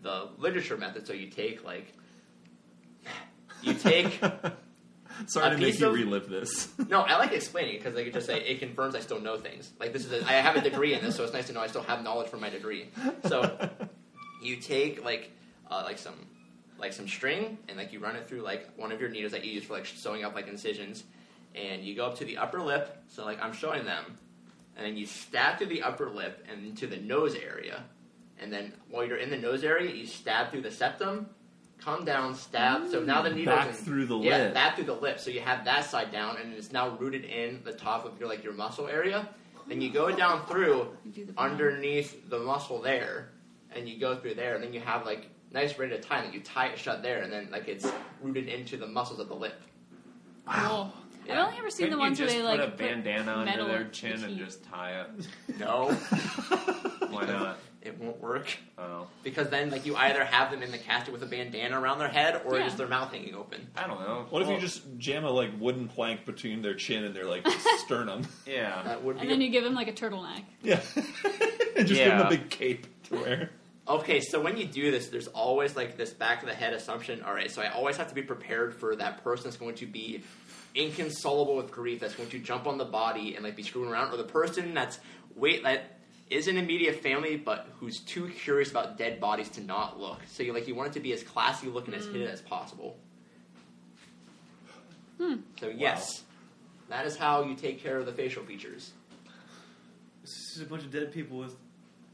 the literature method. So you take like you take
Sorry
a
to make
piece
you
of-
relive this.
no. I like explaining it because they could just say it confirms I still know things. Like this is a, I have a degree in this, so it's nice to know I still have knowledge from my degree. So you take like uh, like some like some string and like you run it through like one of your needles that you use for like sewing up like incisions and you go up to the upper lip so like i'm showing them and then you stab through the upper lip and into the nose area and then while you're in the nose area you stab through the septum come down stab so now the needle
Back through the
yeah,
lip.
back through the lip so you have that side down and it's now rooted in the top of your like your muscle area then you go down through
You do the
underneath the muscle there, and you go through there, and then you have like nice rate of time that you tie it shut there, and then like it's rooted into the muscles of the lip.
Wow. I've
Yeah.
only ever seen the
Couldn't
ones
you
where
just
they
put
like
a bandana under
metal
their chin and
teeth.
just tie it.
No,
Why not?
it won't work
Oh,
because then like you either have them in the casket with a bandana around their head, or
Yeah.
just their mouth hanging open.
I don't know.
What if you
Well,
just jam a like wooden plank between their chin and their like sternum?
Yeah.
That would
And
be
then you give them like a turtleneck.
Yeah, and just give them
Yeah.
a big cape to wear.
okay. So when you do this, there's always like this back of the head assumption. All right, so I always have to be prepared for that person that's going to be inconsolable with grief that's going to jump on the body and like be screwing around, or the person that's wait that is an immediate family but who's too curious about dead bodies to not look. So you like you want it to be as classy looking as hidden as possible. So yes, that is how you take care of the facial features.
It's just a bunch of dead people with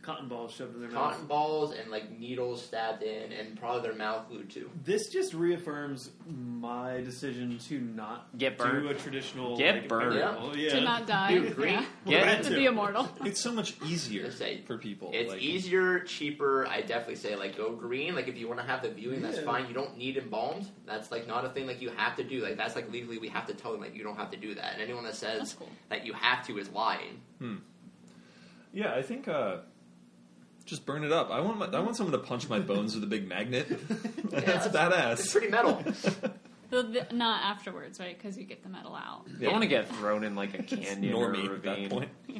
cotton balls shoved in their
Cotton
mouth.
balls and like needles stabbed in, and probably their mouth glued to.
This just reaffirms my decision to not
Get
do
burnt.
a traditional
Get
like,
burnt.
funeral. Yeah.
To not die.
You agree?
Yeah.
Get
To be immortal.
It's so much easier
Just say,
for people.
It's
like,
easier, cheaper. I definitely say like go green. Like if you want to have the viewing, that's
Yeah.
fine. You don't need embalmed. That's like not a thing like you have to do. Like that's like legally we have to tell them like you don't have to do that. And anyone that
That's
says
cool.
that you have to is lying.
Yeah, I think uh, just burn it up. I want my, I want someone to punch my bones with a big magnet. that's,
It's
badass.
pretty metal.
The, the, not afterwards, right? Because you get the metal out.
I want to get thrown in like a
It's
canyon or a
normie at that
ravine.
point.
you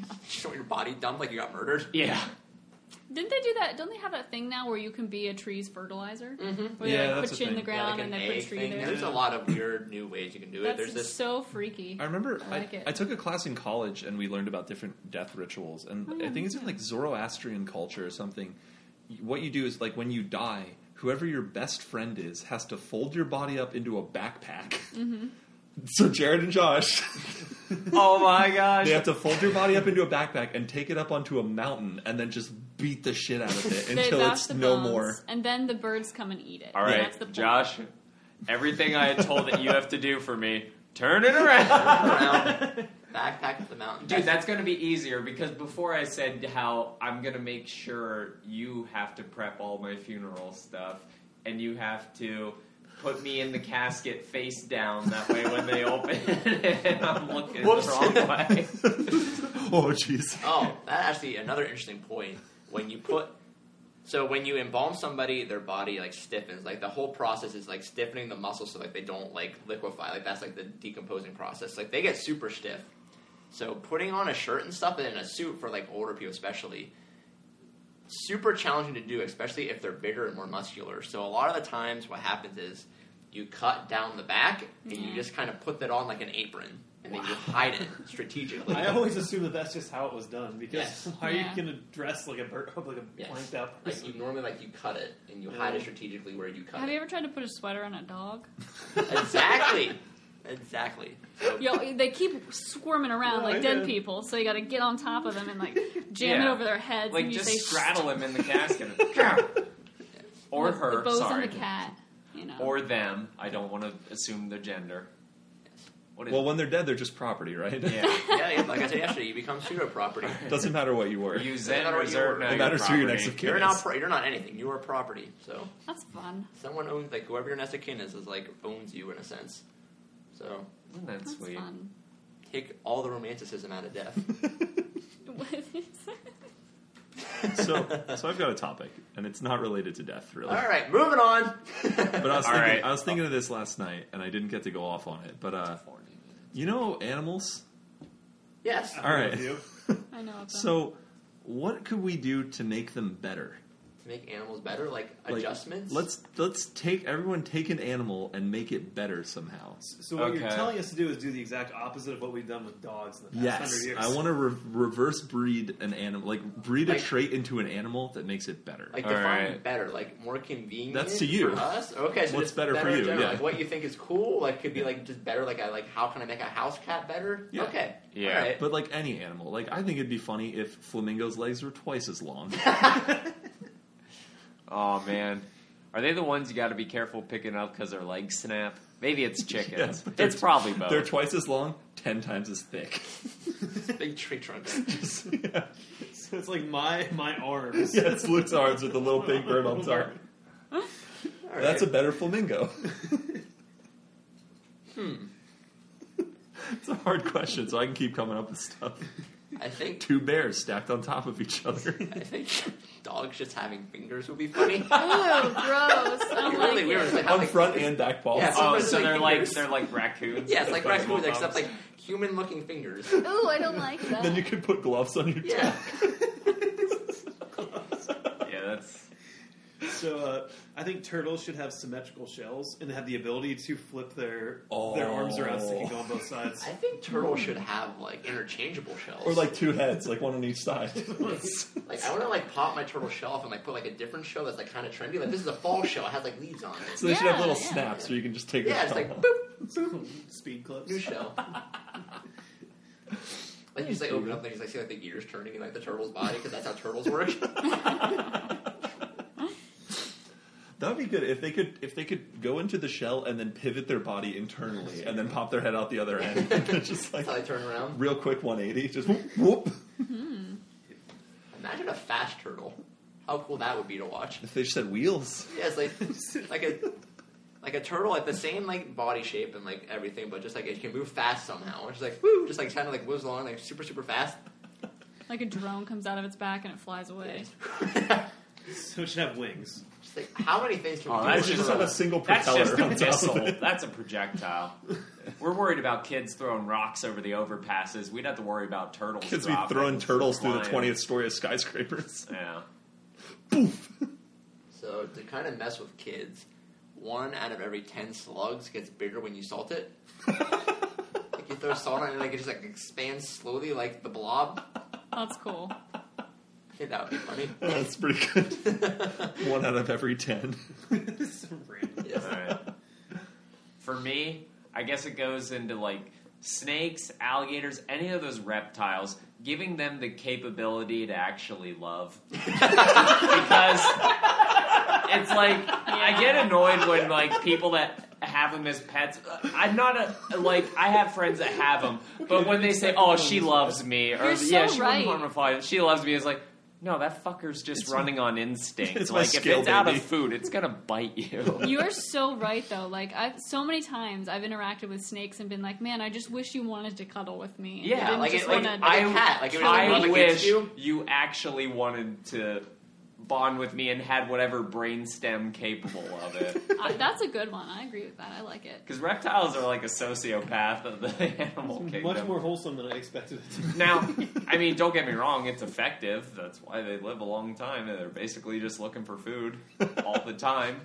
want your body dumped like you got murdered.
Yeah.
Didn't they do that? Don't they have that thing now where you can be a tree's fertilizer?
Mhm.
Where
Yeah,
they like,
that's
put
a
you in the
thing.
Yeah,
ground
like an
and then put
egg
a tree
thing.
there.
There's a lot of weird new ways you can do it.
That's
There's this
so freaky.
I remember I,
like it.
I took a class in college and we learned about different death rituals, and
Oh, yeah,
I think it's in like Zoroastrian culture or something. What you do is like when you die, whoever your best friend is has to fold your body up into a backpack.
Mm-hmm.
So Jared and Josh,
Oh my gosh.
they have to fold your body up into a backpack and take it up onto a mountain, and then just beat the shit out of it
They
until
douse
it's
the
no
bones,
more.
And then the birds come and eat it.
All
And
right,
that's the point.
Josh. Everything I had told that you have to do for me, turn it around.
around backpack up the mountain.
Dude, that's going to be easier because before I said how I'm going to make sure you have to prep all my funeral stuff and you have to put me in the casket face down. That way, when they open it, I'm looking
Whoops.
the wrong way.
oh jeez.
Oh, that's actually another interesting point. When you put, so when you embalm somebody, their body like stiffens. Like the whole process is like stiffening the muscles so like they don't like liquefy. Like that's like the decomposing process. Like they get super stiff. So putting on a shirt and stuff, and then a suit for like older people especially, super challenging to do, especially if they're bigger and more muscular. So a lot of the times, what happens is you cut down the back and you
Yeah.
just kind of put that on like an apron, and then you hide it strategically.
I always assume that that's just how it was done because
Yes.
why are
Yeah.
you going to dress like a bird, like a
Yes.
planked out
Like
person?
you normally like you cut it and you hide it strategically where you cut
Mm. Have you
it.
ever tried to put a sweater on a dog?
exactly. Exactly. So,
Yo, they keep swarming around
Yeah, I
like dead
know.
people, so you got to get on top of them and like jam it
Yeah.
over their heads.
Like,
and you
just
say,
straddle him in the casket. or
the,
her,
the bows
sorry.
on the cat. You know,
Or them. I don't want to assume their gender.
What is
Well, when they're dead, they're just property, right?
Yeah.
it? Yeah, yeah, like I said yesterday, you become pseudo property.
Doesn't matter what you were.
You
Doesn't matter
Zen
what
Reserve
you
now.
order.
it
It
you're
matters who your next
property.
of kin
You're
is.
not pro- you're not anything. You are property. So
That's fun.
someone owns like whoever your next of kin is is like owns you in a sense. So
Isn't that
That's
sweet?
fun.
take all the romanticism out of death.
What is it?
so, so I've got a topic, and it's not related to death, really.
all right, moving on.
But I was,
All
thinking,
right.
I was thinking of this last night, and I didn't get to go off on it. But uh, you know, animals.
yes,
All right.
You.
I know. It's
So, what could we do to make them better?
to make animals better, like,
Like,
adjustments.
Let's let's take everyone take an animal and make it better somehow.
So what you're
Okay.
telling us to do is do the exact opposite of what we've done with dogs in the past
Yes,
hundred years.
I want to re- reverse breed an animal, like breed a
Like-
trait into an animal that makes it better.
like
All
define
right.
better, like more convenient.
That's to you.
For us, okay. So
What's
just
better for
in
you,
general,
yeah.
Like what you think is cool, like could be like just better. Like I like how can I make a house cat better?
Yeah.
Okay.
Yeah.
All right.
but like any animal, like I think it'd be funny if flamingos' legs were twice as long.
Oh man, are they the ones you got to be careful picking up because their legs snap? Maybe it's chickens.
Yes, but they're-
it's probably both.
They're twice as long, ten times as thick.
Big tree trunk.
Just- yeah.
So it's like my my arms.
yeah, it's Luke's arms with the little pink bird on top.
All right.
That's a better flamingo.
Hmm.
It's a hard question, so I can keep coming up with stuff.
I think.
Two bears stacked on top of each other.
I think dogs just having fingers would be funny.
Ew, gross. Oh I'm
It'd be
like,
really weird. It's Like, how,
on
like,
front and back balls.
Yeah.
oh,
Sometimes
so
they
they're
think
like
there's-
they're like raccoons.
Yeah, it's like
Fucking
raccoons, except
bugs.
like human-looking fingers.
Ooh, I don't like that.
Uh, Then you could put gloves on your
Yeah.
yeah, that's
So uh, I think turtles should have symmetrical shells and have the ability to flip their
Oh.
their arms around so they can go on both sides.
I think turtles should have like interchangeable shells.
Or like two heads, like one on each side.
Like I want to like pop my turtle shell off and like put like a different shell that's like kind of trendy. Like this is a fall shell. It has like leaves on it.
so they should have
Yeah,
little
yeah.
snaps where you can just take
Yeah,
the
it's
top
like
off.
boop, Oh.
Speed clips.
new shell. Like you just like open up and you just like see like the gears turning in like the turtle's body because that's how turtles work.
That would be good if they could if they could go into the shell and then pivot their body internally and then pop their head out the other end. just like
that's how they turn around.
real quick 180, just whoop. whoop.
Imagine a fast turtle. How cool that would be to watch.
If they just had wheels,
Yeah, it's like like a like a turtle, like the same like body shape and like everything, but just like it can move fast somehow. It's just like woo, just like kind of like moves along like super super fast.
like a drone comes out of its back and it flies away.
So it should have wings.
Just like how many things can
Oh,
we do?
that's
with
just
just
turtles?
have a single
that's
propeller
just a
on top of
missile.
it.
That's a projectile. We're worried about kids throwing rocks over the overpasses. We'd have to worry about turtles.
Kids be
dropping
throwing
and
turtles through the
flying.
20th story of skyscrapers.
Yeah.
So to kind of mess with kids, one out of every ten slugs gets bigger when you salt it. like you throw salt on it, and like it just like expands slowly, like the blob.
That's cool.
I think that would be funny.
That's pretty good. One out of every ten.
It's random.
Yes.
Alright. For me, I guess it goes into like snakes, alligators, any of those reptiles, giving them the capability to actually love. because it's like I get annoyed when like people that have them as pets. uh, I'm not a like I have friends that have them, but when they say, "Oh, she loves me," or
You're so
"Yeah, she
right.
wouldn't harm a fly. She loves me," it's like. No, that fucker's just running on instinct.
it's my
like if
skill,
it's out of
baby.
food, it's gonna bite you.
You are so right though. Like I've so many times I've interacted with snakes and been like, man, I just wish you wanted to cuddle with me. and you
Yeah,
didn't
like it-
just
like
wanna-
I- a cat, like, it would, like,
I
rub against
wish
you.
actually wanted to bond with me and had whatever brainstem capable of it.
I- that's a good one. I agree with that. I like it.
Because reptiles are like a sociopath of the animal kingdom.
Much more wholesome than I expected it to be.
Now, I mean, don't get me wrong; it's effective. That's why they live a long time, and they're basically just looking for food all the time.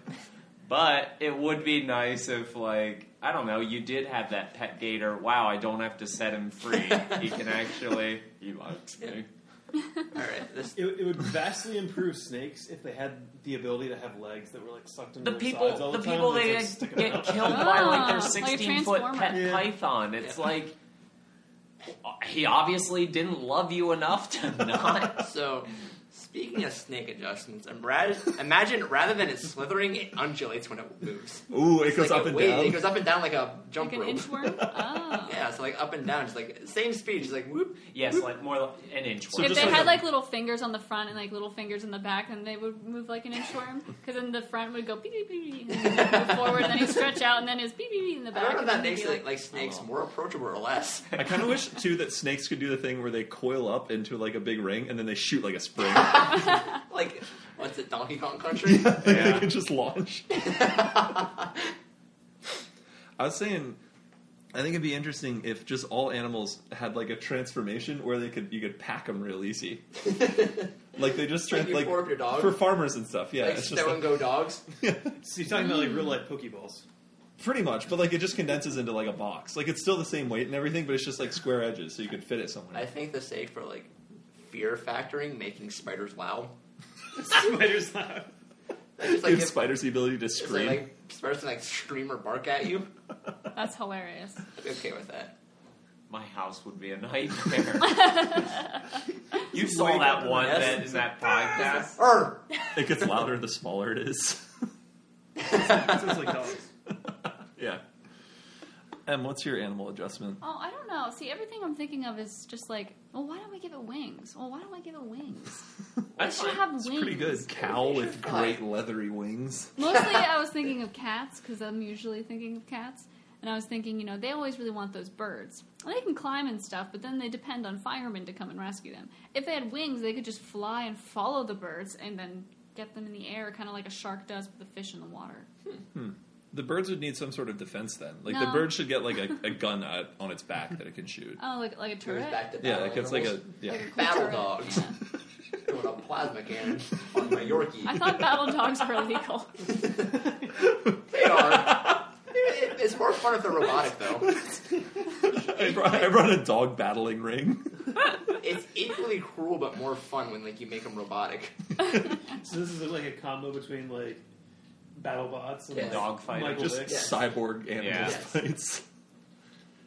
But it would be nice if, like, I don't know, you did have that pet gator. Wow, I don't have to set him free. He can actually. He likes me.
All right. This
It, it would vastly improve snakes if they had the ability to have legs that were like sucked into
the
their
people,
sides all
the
the, time.
people
and
they
just, like, stick 'em
get
out.
killed by like
Ah,
their
like a
16 foot pet
transformer.
Yeah.
python. It's like he obviously didn't love you enough to not.
so Speaking of snake adjustments, and Brad, imagine rather than it slithering, it undulates when it moves.
Ooh, it
It's
goes
like
up
a
and
wave.
down.
It goes up and down like a jump
Like an
rope.
inchworm? Oh.
Yeah, so like up and down, just like same speed, just like whoop.
Yes, like more like an inch.
So
worth.
if
just
they
like
had
a-
like little fingers on the front and like little fingers in the back, then they would move like an inchworm. Because then the front would go beep beep beep, beep, and then he'd move forward, and then he'd stretch out, and then his beep beep beep in the
I
back.
don't know if
and
that
then he'd
makes
be
like, like snakes
Oh, well.
more approachable or less.
I kind of wish too that snakes could do the thing where they coil up into like a big ring and then they shoot like a spring.
Like what's it, Donkey Kong Country?
they can just launch. I was saying, I think it'd be interesting if just all animals had like a transformation where they could you could pack them real easy. Like they just
Like
tran-
you
like
pour up your dog?
for farmers and stuff. Yeah,
like
it's
stow
just
and go dogs.
like,
So you're talking about like real life Pokeballs.
pretty much. But like it just condenses into like a box. Like it's still the same weight and everything, but it's just like square edges, so you could fit it somewhere.
I think the sake for like fear factoring, making spiders wow.
Spiders laugh.
Like, just, like,
Give
if-
spiders the ability to
It's like,
scream.
like spiders can like scream or bark at you.
like- That's hilarious.
I'd be okay with that.
My house would be a nightmare. you saw
Wake
that
up.
one
Yes.
that in that podcast.
Err!
It gets louder the smaller it is.
Sounds like dogs.
yeah. Em, what's your animal adjustment?
Oh, I don't know. See, everything I'm thinking of is just like, well, why don't we give it wings? Well, why don't we give it wings? It should have wings.
It's pretty good. Cow with
fly.
great leathery wings.
Mostly, I was thinking of cats because I'm usually thinking of cats, and I was thinking, you know, they always really want those birds. And they can climb and stuff, but then they depend on firemen to come and rescue them. If they had wings, they could just fly and follow the birds and then get them in the air, kind of like a shark does with the fish in the water.
The birds would need some sort of defense then. Like the
No.
bird should get like a, a gun uh, on its back that it can shoot.
Oh, like like a
Goes
turret.
back to
Yeah,
battle
like it's like a
animals.
yeah.
Like a cool
Battle
turret.
dogs.
Yeah.
doing a plasma cannon on my Yorkie.
I thought battle dogs were illegal.
they are. It- It's more fun if they're robotic, though.
I brought, I brought a dog battling ring.
It's equally cruel, but more fun when like you make them robotic.
So this is like a combo between like battle bots and
Yeah.
like,
Dog fighter.
Michael
Just
Vick.
Yes.
cyborg animal
Yes.
fights.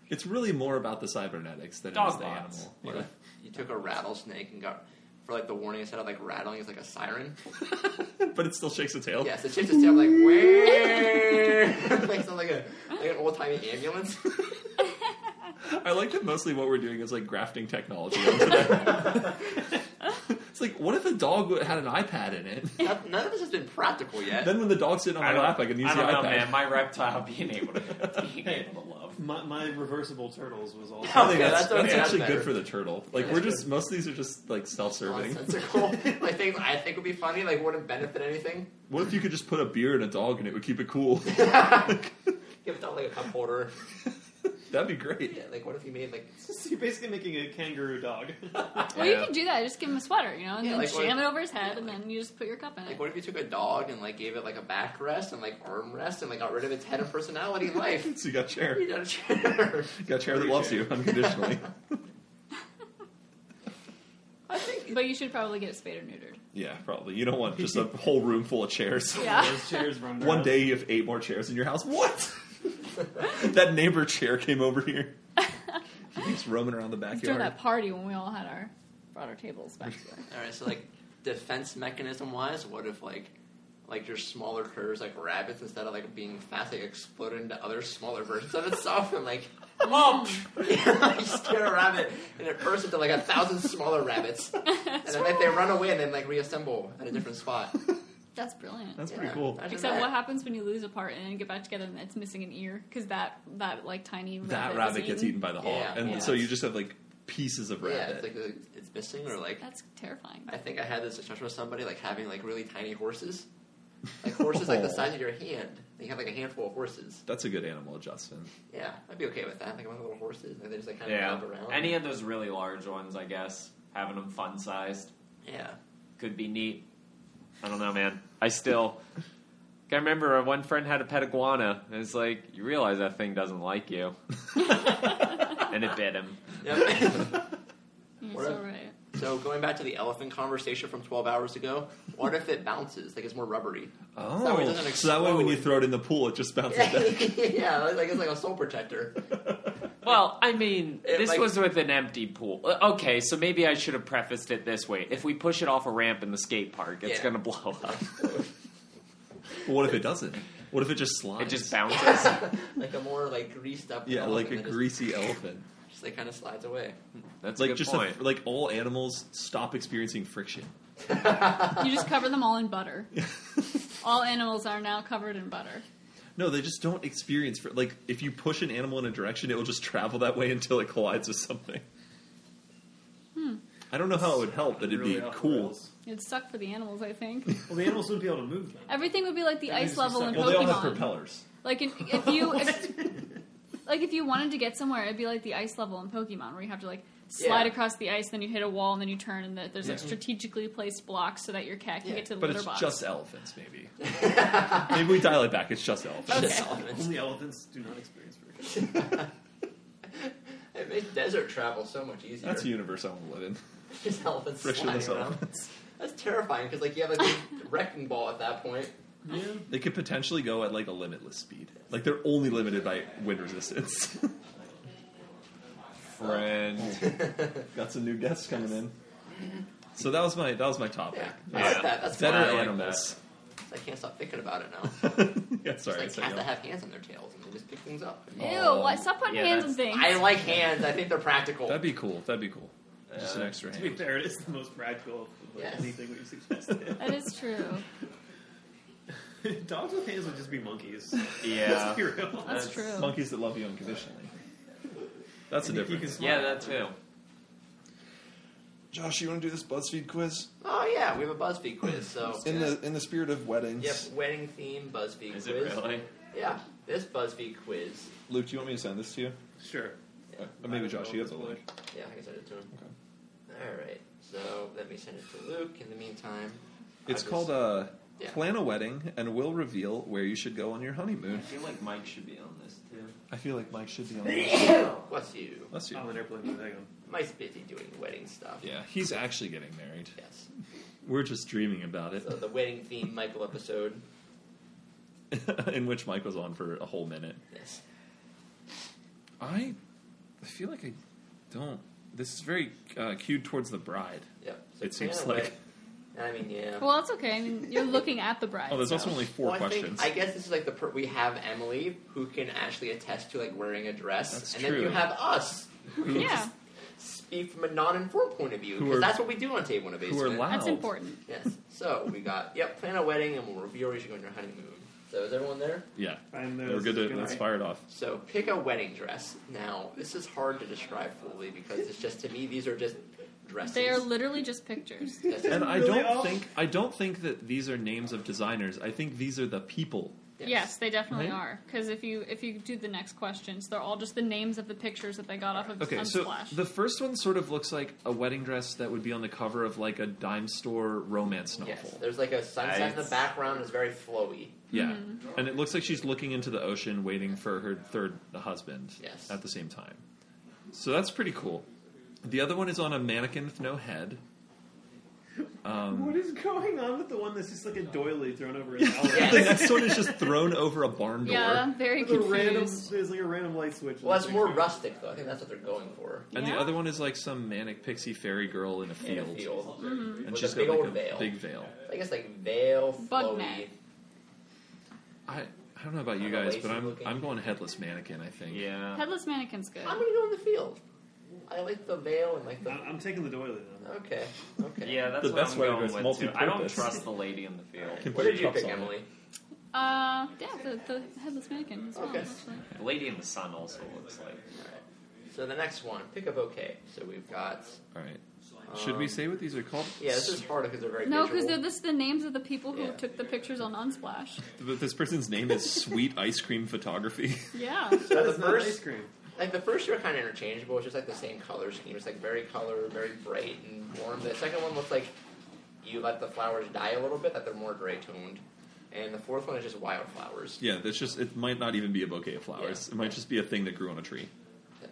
It's really more about the cybernetics than it is
Dog
the
bots.
animal.
What
Yeah.
if you took a rattlesnake and got for like the warning instead of like rattling, it's like a siren.
but it still shakes its tail.
Yes, it's just a sound like where like sound like a like an old timey ambulance.
I like that mostly what we're doing is like grafting technology onto that. it's like, what if a dog had an iPad in it?
Not- None of this has been practical yet.
Then when the dog's sitting on
I
my
don't,
lap, I can use
I
the
don't know,
iPad.
man. My reptile being able to being
Hey.
able to love.
My, my reversible turtles was all.
I think
Yeah,
that's,
that does
that's
sound
actually
better.
good for the turtle. Like
Yeah,
we're
that's
just most of these are just like self-serving.
Nonsensical. like things I think would be funny, like wouldn't benefit anything.
What if you could just put a beer in a dog and it would keep it cool?
Give it out like a cup holder.
That'd be great.
Yeah, like what if you made like
So you're basically making a kangaroo dog.
Well, you could do that. Just give him a sweater, you know, and
Yeah,
then
like
jam
what-
it over his head,
yeah,
and
like-
then you just put your cup in it.
Like, what if you took a dog and like gave it like a backrest and like armrest and like got rid of its head and personality and life?
So you got chair.
You got a chair.
You got chair that loves you unconditionally.
I think.
But you should probably get it spayed or neutered.
yeah, probably. You don't want just a whole room full of chairs.
Yeah.
Those chairs run
One
around.
day you have eight more chairs in your house. What? that neighbor chair came over here. He keeps roaming around the
during
backyard.
that party when we all had our brought our tables back to it.
All right, so like defense mechanism wise, what if like like your smaller critters like rabbits instead of like being fast, they explode into other smaller versions of itself and like. Mom! you scare a rabbit and it bursts into like a thousand smaller rabbits. And then like, they run away and then like reassemble at a different spot.
That's brilliant.
That's
Yeah,
pretty cool.
imagine
Except
that.
what happens when you lose a part and then get back together and it's missing an ear because that that like tiny
That
was
rabbit gets eaten by the hawk,
Yeah,
and
yeah.
so you just have like pieces of
Yeah,
rabbit.
it's like uh, it's missing or like
That's terrifying.
I think I had this discussion with somebody like having like really tiny horses, like horses like the size of your hand. They have like a handful of horses.
Oh, That's a good animal adjustment.
Yeah, I'd be okay with that. Like one of the little horses, and they just like kind of
Yeah.
jump around.
Any of those really large ones, I guess, having them fun sized
yeah,
could be neat. I don't know, man. I still. I remember uh, one friend had a pet iguana, and it's like you realize that thing doesn't like you, and it bit him.
Yep.
You're
What
so
if-
right.
so going back to the elephant conversation from twelve hours ago, what if it bounces? Like it's more rubbery.
Oh,
that way it doesn't
so that way when you
explode.
throw it in the pool, it just bounces
yeah,
back.
like it's like a soul protector.
Well, I mean,
It,
this
like-
was with an empty pool. Uh, Okay, so maybe I should have prefaced it this way. If we push it off a ramp in the skate park, it's
Yeah.
going to blow up.
But what if it doesn't? What if it just slides?
It just bounces.
like a more like greased up.
yeah,
elephant
like a
that just-
greasy elephant.
Just like kind of slides away.
That's a
Like
good
just
point.
a, like all animals stop experiencing friction.
You just cover them all in butter. all animals are now covered in butter.
No, they just don't experience fr- like if you push an animal in a direction, it will just travel that way until it collides with something. I don't know how it would help, but it'd
Really
be
off the
cool.
rails.
It'd suck for the animals, I think.
Well, the animals wouldn't be able to move them.
Everything would be like the
That
ice
means we
level in
suck.
Well,
Pokemon.
they all have propellers.
Like in, if you, if, like if you wanted to get somewhere, it'd be like the ice level in Pokemon, where you have to like slide
Yeah.
across the ice, then you hit a wall, and then you turn, and the, there's like
Yeah.
strategically placed blocks so that your cat can
Yeah,
get to the
But
litter
it's
box.
just elephants, maybe. maybe we dial it back. It's just elephants.
Just elephants.
Only elephants do not experience friction.
It makes desert travel so much easier.
That's a universe I want to live in.
Just elephants
Frictionless
sliding around.
elephants.
That's terrifying because like you have like a wrecking ball at that point.
Yeah.
They could potentially go at like a limitless speed. Like they're only limited by wind resistance.
Friend.
Got some new guests coming in. So that was my that was my topic.
Yeah, I
Yeah.
like that. That's
Better
fine. I, like
animals.
that. I can't stop thinking about it now.
yeah,
It's
sorry. I
like
said
cats
no.
that have hands on their tails and they just pick things up.
Ew!
Oh.
why- Stop putting
Yeah,
hands on
that's-
things.
I like hands. I think they're practical.
That'd be cool. That'd be cool. Just an
Uh,
extra
To be
hand.
fair, it is the most practical of like,
Yes.
anything we've suggested.
that is true.
Dogs with hands would just be monkeys.
Yeah.
Let's be real.
That's,
That's
true.
Monkeys that love you unconditionally. That's a
And if you
difference.
can
Yeah,
smile.
that too.
Josh, you want to do this BuzzFeed quiz?
oh yeah, we have a BuzzFeed quiz. So
In the in the spirit of weddings.
yep, wedding theme BuzzFeed
Is it
quiz.
really?
Yeah, this BuzzFeed quiz.
Luke, do you want me to send this to you?
Sure.
Yeah,
Or maybe Josh, you have the link.
yeah I can send it to him. All right, so let me send it to Luke. In the meantime, I
It's
just-
called uh,
Yeah.
Plan a Wedding and Will Reveal Where You Should Go on Your Honeymoon.
feel like Mike should be on this too.
I feel like Mike should be on this.
Bless oh, you.
Bless you.
I'm on an airplane. mode, Hang on.
Mike's busy doing wedding stuff.
Yeah, he's actually getting married.
Yes.
We're just dreaming about it.
So the wedding theme Michael episode.
In which Mike was on for a whole minute.
Yes.
I I feel like I don't. This is very uh, cued towards the bride.
Yep.
It seems
plan a
like-
wed- I mean, yeah.
Well, that's okay. I mean, you're looking at the bride.
Oh, there's
so.
also only four
Well, I think-
questions.
I guess this is like the per- we have Emily who can actually attest to like wearing a dress,
That's
and
true.
then you have us who can
Yeah,
just speak from a non-informed point of view
Who
because
are-
that's what we do on Table in a
who are
Basement.
loud.
that's important.
yes. So we got yep, plan a wedding, and we'll review where you should go on your honeymoon. So is everyone there?
Yeah,
I'm there.
we're good. To,
Good
let's
night.
fire it off.
So pick a wedding dress. Now this is hard to describe fully because it's just to me these are just dresses.
They are literally just pictures.
Yes,
And I
Really
don't
off?
think I don't think that these are names of designers. I think these are the people.
Yes, they definitely
Right?
are. Because if you if you do the next questions, they're all just the names of the pictures that they got off of
Okay, so
Unsplash.
the first one sort of looks like a wedding dress that would be on the cover of like a dime store romance novel.
Yes, there's like a sunset in the
Nice.
background. It's very flowy.
Yeah,
Mm-hmm.
and it looks like she's looking into the ocean, waiting for her third husband.
Yes.
at the same time. So that's pretty cool. The other one is on a mannequin with no head.
What is going on with the one that's just like a doily thrown over his outfit?
Yes.
The next one is just thrown over a barn door.
yeah, I'm very
There's a random.
confused.
There's like a random light switch.
Well, that's more rustic, though. I think that's what they're going for.
And
Yeah?
the other one is like some manic pixie fairy girl in
In
a
a
field,
field.
Mm-hmm.
and
With
she's
a
got
big
like
old
a
veil.
big veil.
I guess like veil,
Bug
flowy.
net.
I I don't know about you
Kinda
guys,
lazy
but I'm
looking.
I'm going headless mannequin. I think.
Yeah.
Headless mannequin's good.
I'm gonna go in the field. I like the veil and like the.
I'm, I'm taking the doily then.
Okay. Okay.
Yeah, that's
The
what
best
I'm
way to
going
go
with
is
too. I don't
multi-purpose.
trust the lady in the field.
What
Put
did you
your chops
pick,
on it.
Emily?
Uh, yeah, the, the headless mannequin. As well,
Okay.
actually.
The lady in the sun also looks like.
So the next one, pick a bouquet. So we've got.
All right. Should we
um,
say what these are called?
Yeah, this is harder because they're very.
No, because
visual.
this is the names of the people who
Yeah.
took the pictures on Unsplash.
But this person's name is Sweet Ice Cream Photography.
Yeah,
So
That
the
is not
first,
ice cream.
like the first, year kind of interchangeable. It's just like the same color scheme. It's like very color, very bright and warm. The second one looks like you let the flowers die a little bit, that they're more gray toned. And the fourth one is just wildflowers.
yeah, that's just. It might not even be a bouquet of flowers.
Yeah.
It might just be a thing that grew on a tree.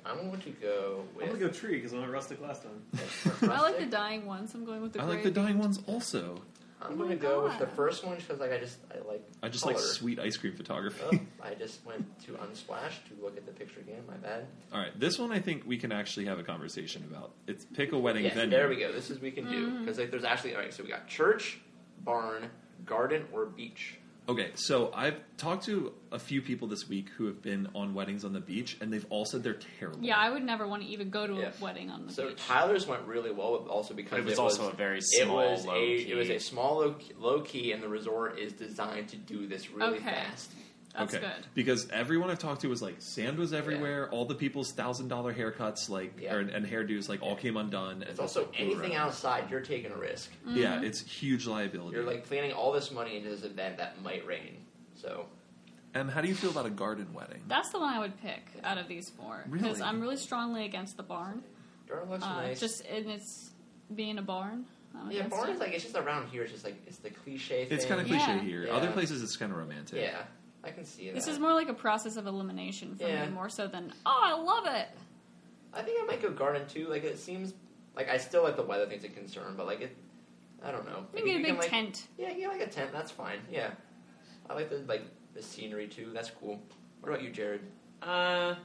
I'm going to go with.
I'm gonna go tree because I went rustic last time.
I like the dying ones. I'm going with the.
I like
gray.
the dying ones also.
I'm
Oh my
gonna go with the
God.
first one because like I just I like
I just like
color.
sweet ice cream photography.
Oh, I just went to Unsplash to look at the picture again. My bad.
All right, this one I think we can actually have a conversation about. It's pick a wedding
Yes,
venue.
there we go. This is we can
Mm.
do because like there's actually all right. So we got church, barn, garden, or beach.
Okay, so I've talked to a few people this week who have been on weddings on the beach, and they've all said they're terrible.
Yeah, I would never want to even go to a
Yes.
wedding on the
So
beach.
Tyler's went really well, but also because
But it was also a very
it
small,
was
low
a
key.
it was a small low key, low key, and the resort is designed to do this really
Okay.
fast.
That's
okay.
good.
Because everyone I've talked to was like, sand was everywhere. All the people's thousand dollar haircuts, like,
Yeah.
or, and hairdos, like, all came undone.
It's also anything
else.
outside, you're taking a risk.
Mm-hmm.
Yeah, it's huge liability.
You're like planning all this money into this event that might rain. So
Em, how do you feel about a garden wedding?
That's the one I would pick out of these four because
Really?
I'm really strongly against the barn.
garden looks
Uh,
nice.
Just in its being a barn. I'm
yeah,
against
barn
it.
is like it's just around here. It's just like it's the cliche. Thing.
It's kind of
Yeah.
cliche here.
Yeah.
Other places, it's kind of romantic.
yeah. I can see that.
This is more like a process of elimination for
Yeah.
me, more so than oh, I love it.
I think I might go garden too. Like it seems like I still like the weather thing's a concern, but like it, I don't know. Like,
You can get a
you
big
like,
tent.
Yeah, you like a tent. That's fine. Yeah, I like the like the scenery too. That's cool. What about you, Jared?
Uh,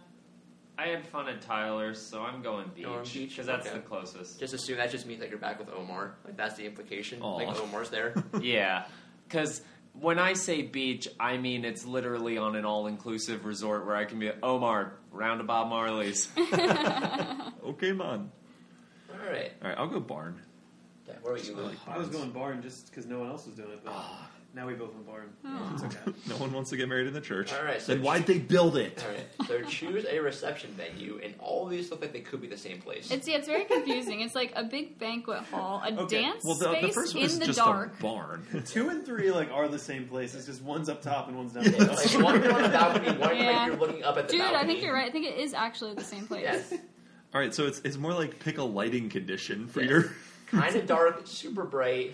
I had fun at Tyler's, so I'm going beach
Going beach,
because that's
okay.
the closest.
Just assume that just means that you're back with Omar. Like that's the implication.
Aw.
Like Omar's there.
yeah, because when I say beach, I mean it's literally on an all-inclusive resort where I can be Omar round to Bob Marley's.
Okay, man.
All right.
All right, I'll go barn.
Yeah, where are you? Luke?
I was going barn just because no one else was doing it, but now we both went barn. It's okay.
No one wants to get married in the church.
All right, so
then why'd they build it?
All right. So choose a reception venue, and all these look like they could be the same place.
It's yeah, it's very confusing. it's like a big banquet hall, a
Okay,
dance
well, the,
space
the first one
in
is
the
just
dark.
a barn.
Two and three like are the same place. It's just one's up top and one's down
Yeah,
below.
like one on the balcony, one
Yeah.
like you're looking up at the
Dude,
balcony.
I think you're right. I think it is actually the same place.
Yes.
All right, so it's it's more like pick a lighting condition for
Yes.
your.
kind of dark, super bright,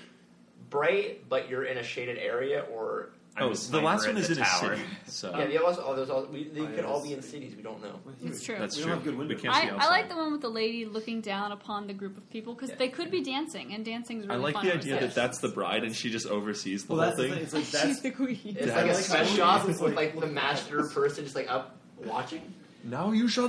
bright, but you're in a shaded area, or
I'm
oh,
a
the
sniper
last one
at
is
the
in
tower.
a city, so
yeah, they also, oh, there's all, we, they
Oh,
could
yeah,
all
this-
be in cities. We don't know.
It's true.
that's
We don't
true.
have good
we
windows.
can't see
I, I like
outside.
the one with the lady looking down upon the group of people because
Yeah.
they could be dancing, and dancing's
I
really
like
fun.
the
at
idea that
receptions.
that's the bride and she just oversees the
Well, that's
whole
the
thing.
thing. It's like that's
the queen.
It's
Yeah,
like a
that's
sweat
cool.
shop
It's
with
like-
like the master person just like up watching.
now you shall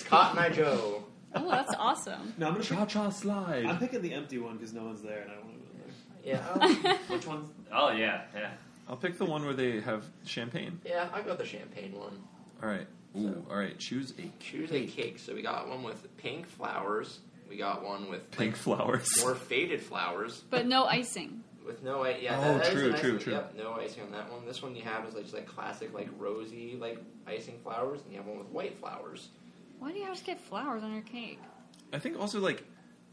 Yes, Cotton Eye Joe.
Oh, that's awesome.
no. I'm gonna.
Cha cha
Pick, I'm
slide.
picking the empty one because no one's there and I don't want to go there.
Yeah, I'll,
Which one's? Oh yeah, yeah.
I'll pick the one where they have champagne.
yeah, I'll go with the champagne one.
All right. Ooh, all right. Choose a
Choose a cake. So we got one with pink flowers. We got one with
pink flowers.
more faded flowers.
But no icing.
With no, i- yeah,
Oh,
that- that is
true,
an
true,
icing-
true.
Yep, no icing on that one. This one you have is like just like classic, like rosy, like icing flowers, and you have one with white flowers.
Why do you have to get flowers on your cake?
I think also like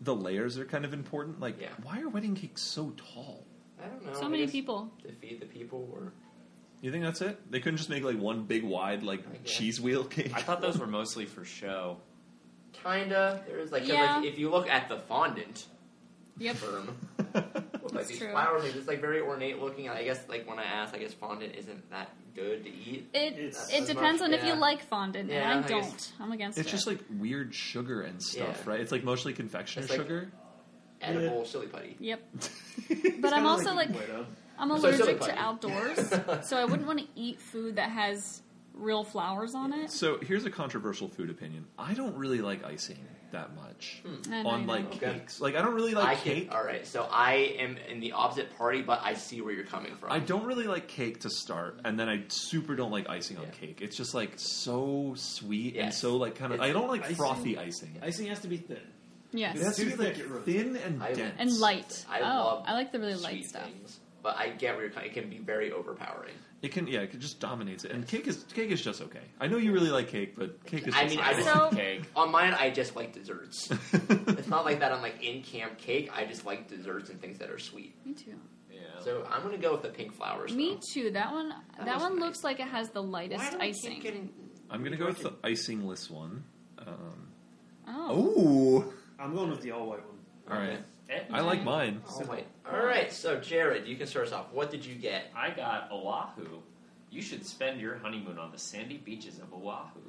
the layers are kind of important. Like,
Yeah.
why are wedding cakes so tall?
I don't know.
So
I
many
guess
people.
to feed the people, or
You think that's it? They couldn't just make like one big wide like
I guess.
cheese wheel cake.
I thought those were mostly for show.
kinda. There is like, 'cause,
Yeah.
like, if you look at the fondant
Yep.
firm, with like
That's
these
true.
flowers, like, it's like very ornate looking. I guess like when I asked, I guess fondant isn't that good to eat.
It
It's-
it
As
depends
much-
on if you
yeah.
like fondant,
Yeah,
and
I
I
guess-
don't. I'm against
it's
it.
just like weird sugar and stuff,
Yeah.
right? It's like mostly confectioner
It's like-
sugar.
Edible silly putty.
yep.
It's
But I'm
kinda
also
like,
like
Play-Doh.
I'm
So silly
allergic
putty.
to outdoors, so I wouldn't want to eat food that has real flowers on it.
So here's a controversial food opinion. I don't really like icing that much
I know
on
you
like
don't.
Okay.
cakes. Like I don't really like
I
cake.
can. All right, so I am in the opposite party, but I see where you're coming from.
I don't really like cake to start, and then I super don't like icing on
Yeah.
cake. It's just like so sweet and
Yes.
so like kind of.
It's-
I don't like
icing-
frothy icing.
Icing has to be thin.
It
yes,
has to
Too
be like
thick, it ruins
thin and
I-
dense
and light.
I
oh,
love
I like the really
sweet
light stuff.
Things, but I get where you're coming. It can be very overpowering.
It can yeah, it can just dominates it. And cake is cake is just okay. I know you really like cake, but cake is. Just
I mean, I
I
just
So-
love cake.
on mine, I just like desserts. it's not like that on like in camp cake. I just like desserts and things that are sweet.
Me too.
Yeah.
So I'm gonna go with the pink flowers.
Me
though.
too. That one. That,
was
one
nice.
looks like it has the
Why
lightest
do I keep
icing.
getting-
I'm gonna go with the icingless one. Um,
Oh,
oh,
I'm going with the all white one.
all right.
Eh,
I like mine.
Oh, wait. All right, so Jared, you can start us off. What did you get?
I got Oahu. You should spend your honeymoon on the sandy beaches of Oahu.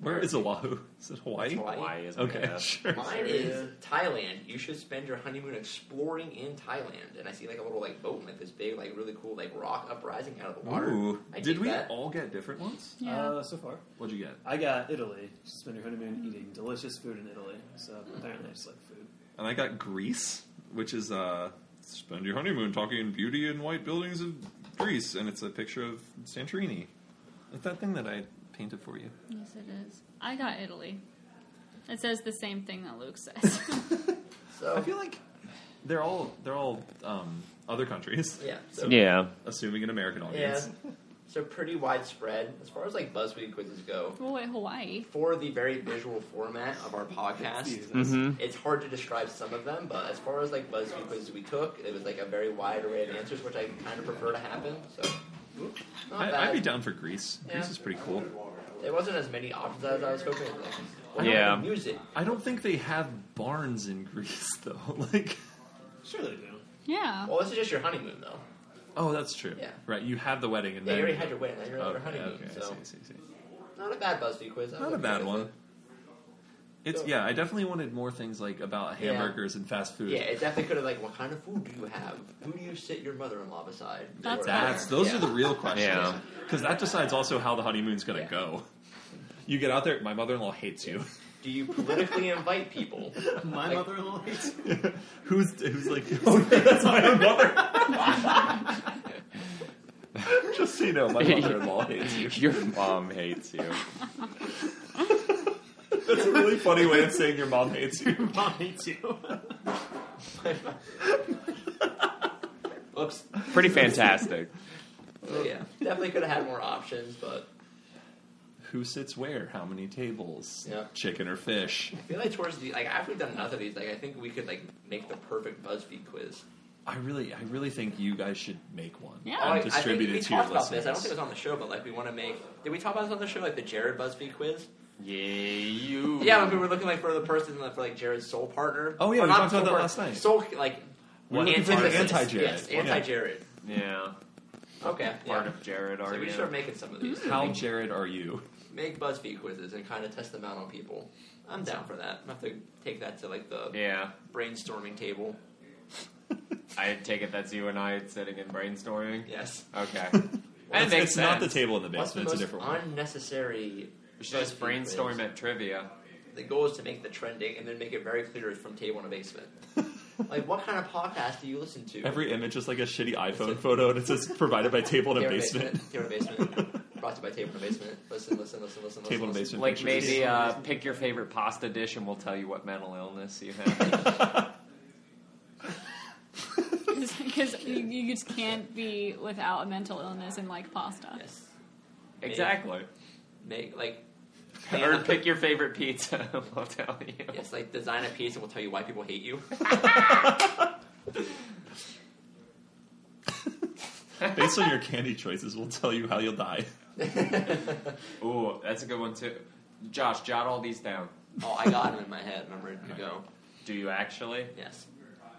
Where is Oahu? Is it Hawaii?
It's Hawaii.
Hawaii is
Okay,
bad.
sure.
Mine
Yeah.
is Thailand. You should spend your honeymoon exploring in Thailand. And I see like a little like boat, and, like this big, like really cool, like rock uprising out of the water.
Ooh.
I
Did
dig
we
that.
all get different ones?
Yeah. Mm-hmm.
Uh, so far,
What'd you get?
I got Italy. Spend your honeymoon eating delicious food in Italy. So apparently, I just like food.
And I got Greece, which is uh, spend your honeymoon talking beauty and white buildings of Greece, and it's a picture of Santorini. It's that thing that I painted for you.
yes, it is. I got Italy. It says the same thing that Luke says.
I
So
feel like they're all they're all um, other countries,
yeah, so
Yeah.
assuming an American
yeah,
audience.
so pretty widespread as far as like BuzzFeed quizzes go.
well, wait, Hawaii.
For the very visual format of our podcast,
Jesus.
Mm-hmm.
it's hard to describe some of them, but as far as like BuzzFeed quizzes we took, it was like a very wide array of answers, which I kind of prefer to happen. So, not bad.
I, I'd be down for Greece.
Yeah.
Greece is pretty cool.
There wasn't as many options as I was hoping.
I don't-
Yeah.
Music.
I don't think they have barns in Greece though. like,
Sure, they do.
Yeah.
Well, this is just your honeymoon, though.
oh, that's true.
Yeah.
Right, you have the wedding and
Yeah,
then
you already had your wedding, now you're on your
Okay,
honeymoon.
okay,
so,
I see, I see, I see.
not a bad BuzzFeed quiz. I
Not a
would
bad
give it
one. It's
So-
yeah. I definitely wanted more things like about
Yeah.
hamburgers and fast food.
Yeah, it definitely could have like, what kind of food do you have? Who do you sit your mother-in-law beside?
That's
Or-
That's those
Yeah.
are the real questions
Yeah.
because that decides also how the honeymoon's gonna
Yeah.
go. You get out there. My mother-in-law hates you.
Do you politically invite people?
My
Like-
mother-in-law hates
who's who's like? Oh, yeah, that's my own mother. Just so you know, my mother-in-law hates you.
Your mom hates you.
That's a really funny way of saying your mom hates you.
mom hates you.
Oops.
Pretty fantastic.
So, yeah, definitely could have had more options, but
Who sits where? How many tables?
Yeah.
Chicken or fish?
I feel like towards the like after we've done enough of these, like I think we could like make the perfect BuzzFeed quiz.
I really, I really think you guys should make one.
Yeah.
Oh, I,
and
I think
distribute
we
it to your
talked about this.
listeners.
I don't think it was on the show, but like we want to make. Did we talk about this on the show, like the Jared BuzzFeed quiz?
Yeah, you.
Yeah, when we were looking like for the person like, for like Jared's soul partner.
Oh, yeah,
Or
we
not
talked
soul
about that
partner,
last night.
Soul like
We were looking for an
antithesis.
anti-Jared.
Yes,
Yeah.
anti Jared.
Yeah.
Okay,
Part
yeah.
of Jared
So
are
we
you?
start making some of these.
How
Make-
Jared are you?
make BuzzFeed quizzes and kind of test them out on people. I'm down for that. I'm gonna have to take that to like the
Yeah.
brainstorming table.
I take it that's you and I sitting and brainstorming.
Yes.
Okay.
Well,
that
it's
makes
it's
sense.
not the table in the
What's the
basement.
most
It's a different one.
unnecessary?
We should just
BuzzFeed
brainstorm
quiz?
at trivia.
The goal is to make the trending and then make it very clear it's from table in a basement. like, what kind of podcast do you listen to?
Every image is like a shitty iPhone photo, and it says provided by table in a
Table in
basement.
Table in a basement. Brought to you by table in a basement. Listen, listen, listen, listen.
Table in a
listen,
basement.
Like
pictures.
maybe uh, pick your favorite pasta dish and we'll tell you what mental illness you have.
Because you, you just can't be without a mental illness and like pasta.
listen. Yes.
exactly.
Make like.
Or pick your favorite pizza. we'll tell you.
Yes, like design a piece and we'll tell you why people hate you.
based on your candy choices, we'll tell you how you'll die.
Ooh, that's a good one too. Josh, jot all these down.
Oh, I got them in my head and I'm ready to go.
Do you actually?
Yes.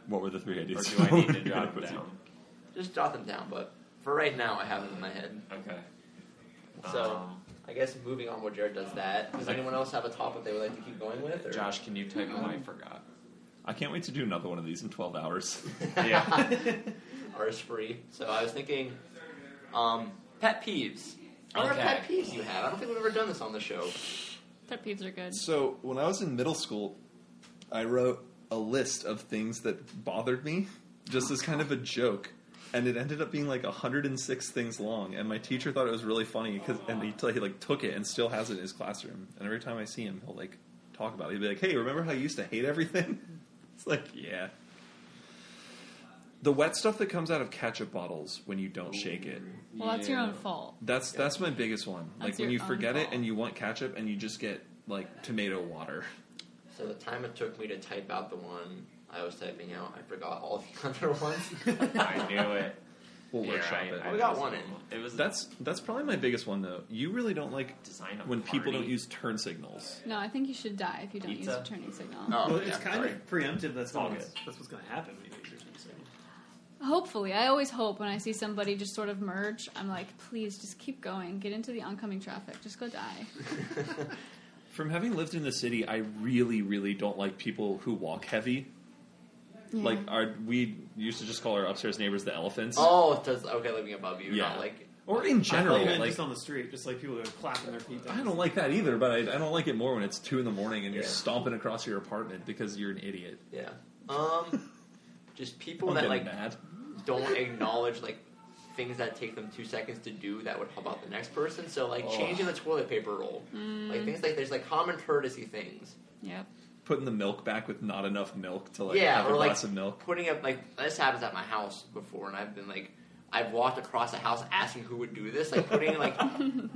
What were the three
Or
ideas?
do I need to
You're gonna
jot them
put
down?
Just jot them down, but for right now, I have them in my head.
Okay.
So,
Um,
I guess moving on while Jared does that, does anyone else have a topic they would like to keep going with? Or?
Josh, can you type what I forgot?
I can't wait to do another one of these in 12 hours.
Yeah.
are free. So I was thinking, um, pet peeves. I wonder
Okay.
what pet peeves you have. I don't think we've ever done this on the show.
Pet peeves are good.
So when I was in middle school, I wrote a list of things that bothered me, just as kind of a joke, and it ended up being like 106 things long. And my teacher thought it was really funny because, and he, he like took it and still has it in his classroom. And every time I see him, he'll like talk about it. He'll be like, "Hey, remember how you used to hate everything?" It's like, yeah. The wet stuff that comes out of ketchup bottles when you don't shake it.
Well, that's your own fault.
That's that's my biggest one.
That's
like when
your
you
own
forget it
fault.
and you want ketchup and you just get like tomato water.
So the time it took me to type out the one I was typing out, I forgot all the other ones.
I knew it.
We'll
Yeah,
workshop
I-
it.
I
We got
was-
one in.
It was
That's that's probably my biggest one though. You really don't like
design of
when people
party.
don't use turn signals.
No, I think you should die if you don't use
Pizza?
a turning signal.
oh,
well,
yeah,
it's kind
sorry.
of preemptive. That's
all
all
good.
That's what's going to happen. when you do your thing.
Hopefully, I always hope when I see somebody just sort of merge, I'm like, please just keep going, get into the oncoming traffic, just go die.
From having lived in the city, I really, really don't like people who walk heavy.
Yeah.
Like our, we used to just call our upstairs neighbors the elephants,
Oh, it does okay living above you,
Yeah.
not like
or in general,
I thought you meant
like
just on the street, just like people that are clapping their feet. Down.
I don't like that either, but I, I don't like it more when it's two in the morning and you're
Yeah.
stomping across your apartment because you're an idiot.
yeah. Um, just people
I'm
that like
getting mad.
don't acknowledge like things that take them two seconds to do that would help out the next person. So like
Oh.
changing the toilet paper roll, like things like there's like common courtesy things.
Yep.
putting the milk back with not enough milk to like
yeah,
have
or
a
like
glass of milk.
putting up like this happens at my house before, and I've been like. I've walked across the house asking who would do this, like putting like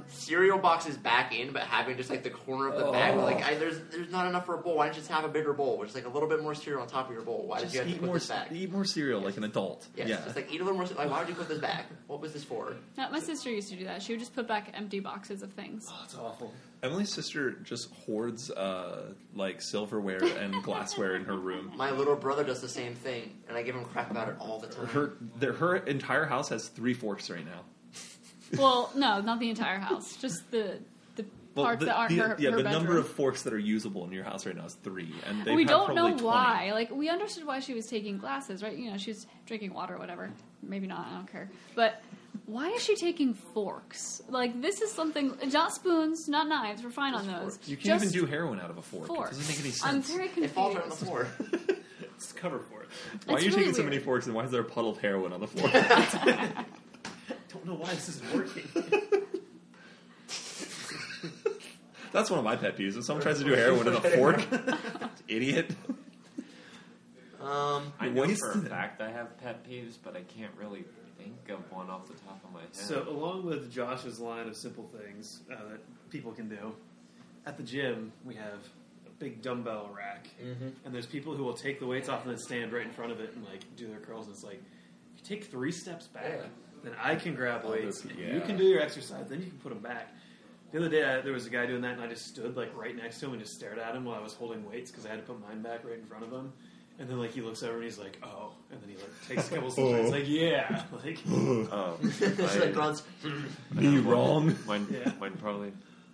cereal boxes back in, but having just like the corner of the bag. where,
Oh.
Like, I, there's there's not enough for a bowl. Why don't you just have a bigger bowl, which is like a little bit more cereal on top of your bowl? Why did
Just
you have to
eat
put
more,
this back?
eat more cereal like an adult.
Yes,
yeah,
just like eat a little more. Like, why would you put this back? What was this for?
No, my sister used to do that. She would just put back empty boxes of things.
That's awful.
Emily's sister just hoards uh, like silverware and glassware in her room.
My little brother does the same thing, and I give him crap about it all the time.
Her their, her entire house has three forks right now.
well, no, not the entire house. Just the the
Well,
parts
the,
that aren't
the-
her,
yeah,
her
the
bedroom.
number of forks that are usable in your house right now is three, and they
we don't know why. Like we understood why she was taking glasses, right? You know, she was drinking water, or whatever. Maybe not. I don't care. But why is she taking forks? Like this is something. Not spoons, not knives. We're fine on those.
You can't
Just
even do heroin out of a fork.
forks.
It doesn't make any
I'm
sense.
very
It
confused.
falls right on the floor.
It's cover for it.
why are
It's
you
really
taking so many
weird.
forks, and why is there a puddle of heroin on the floor?
Don't know why this isn't working.
That's one of my pet peeves. If someone tries to do heroin with a fork, idiot.
Um,
I know for a
Wasted.
fact I have pet peeves, but I can't really think of one off the top of my head.
So, along with Josh's line of simple things uh, that people can do, at the gym we have a big dumbbell rack, and there's people who will take the weights off and then stand right in front of it and like do their curls. And it's like, if you take three steps back,
Yeah.
then I can grab
Oh,
weights.
this-
and
yeah.
You can do your exercise, then you can put them back. The other day, I, there was a guy doing that, and I just stood like right next to him and just stared at him while I was holding weights because I had to put mine back right in front of him. And then like he looks over and he's like, "Oh," and then he like takes a couple steps. and He's like, "Yeah," like
Oh,
um,
it's like grunts.
Me wrong.
Mine,
Yeah.
mine probably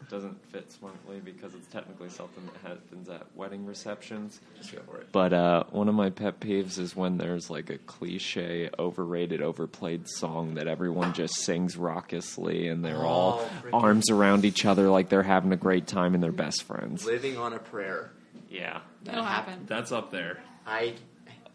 doesn't fit smartly because it's technically something that happens at wedding receptions.
Just go for it.
But uh, one of my pet peeves is when there's like a cliche, overrated, overplayed song that everyone just sings raucously and they're all
Oh, freaking-
arms around each other like they're having a great time and they're best friends.
Living on a prayer.
Yeah.
That
It'll
hap-
happen.
That's up there.
I.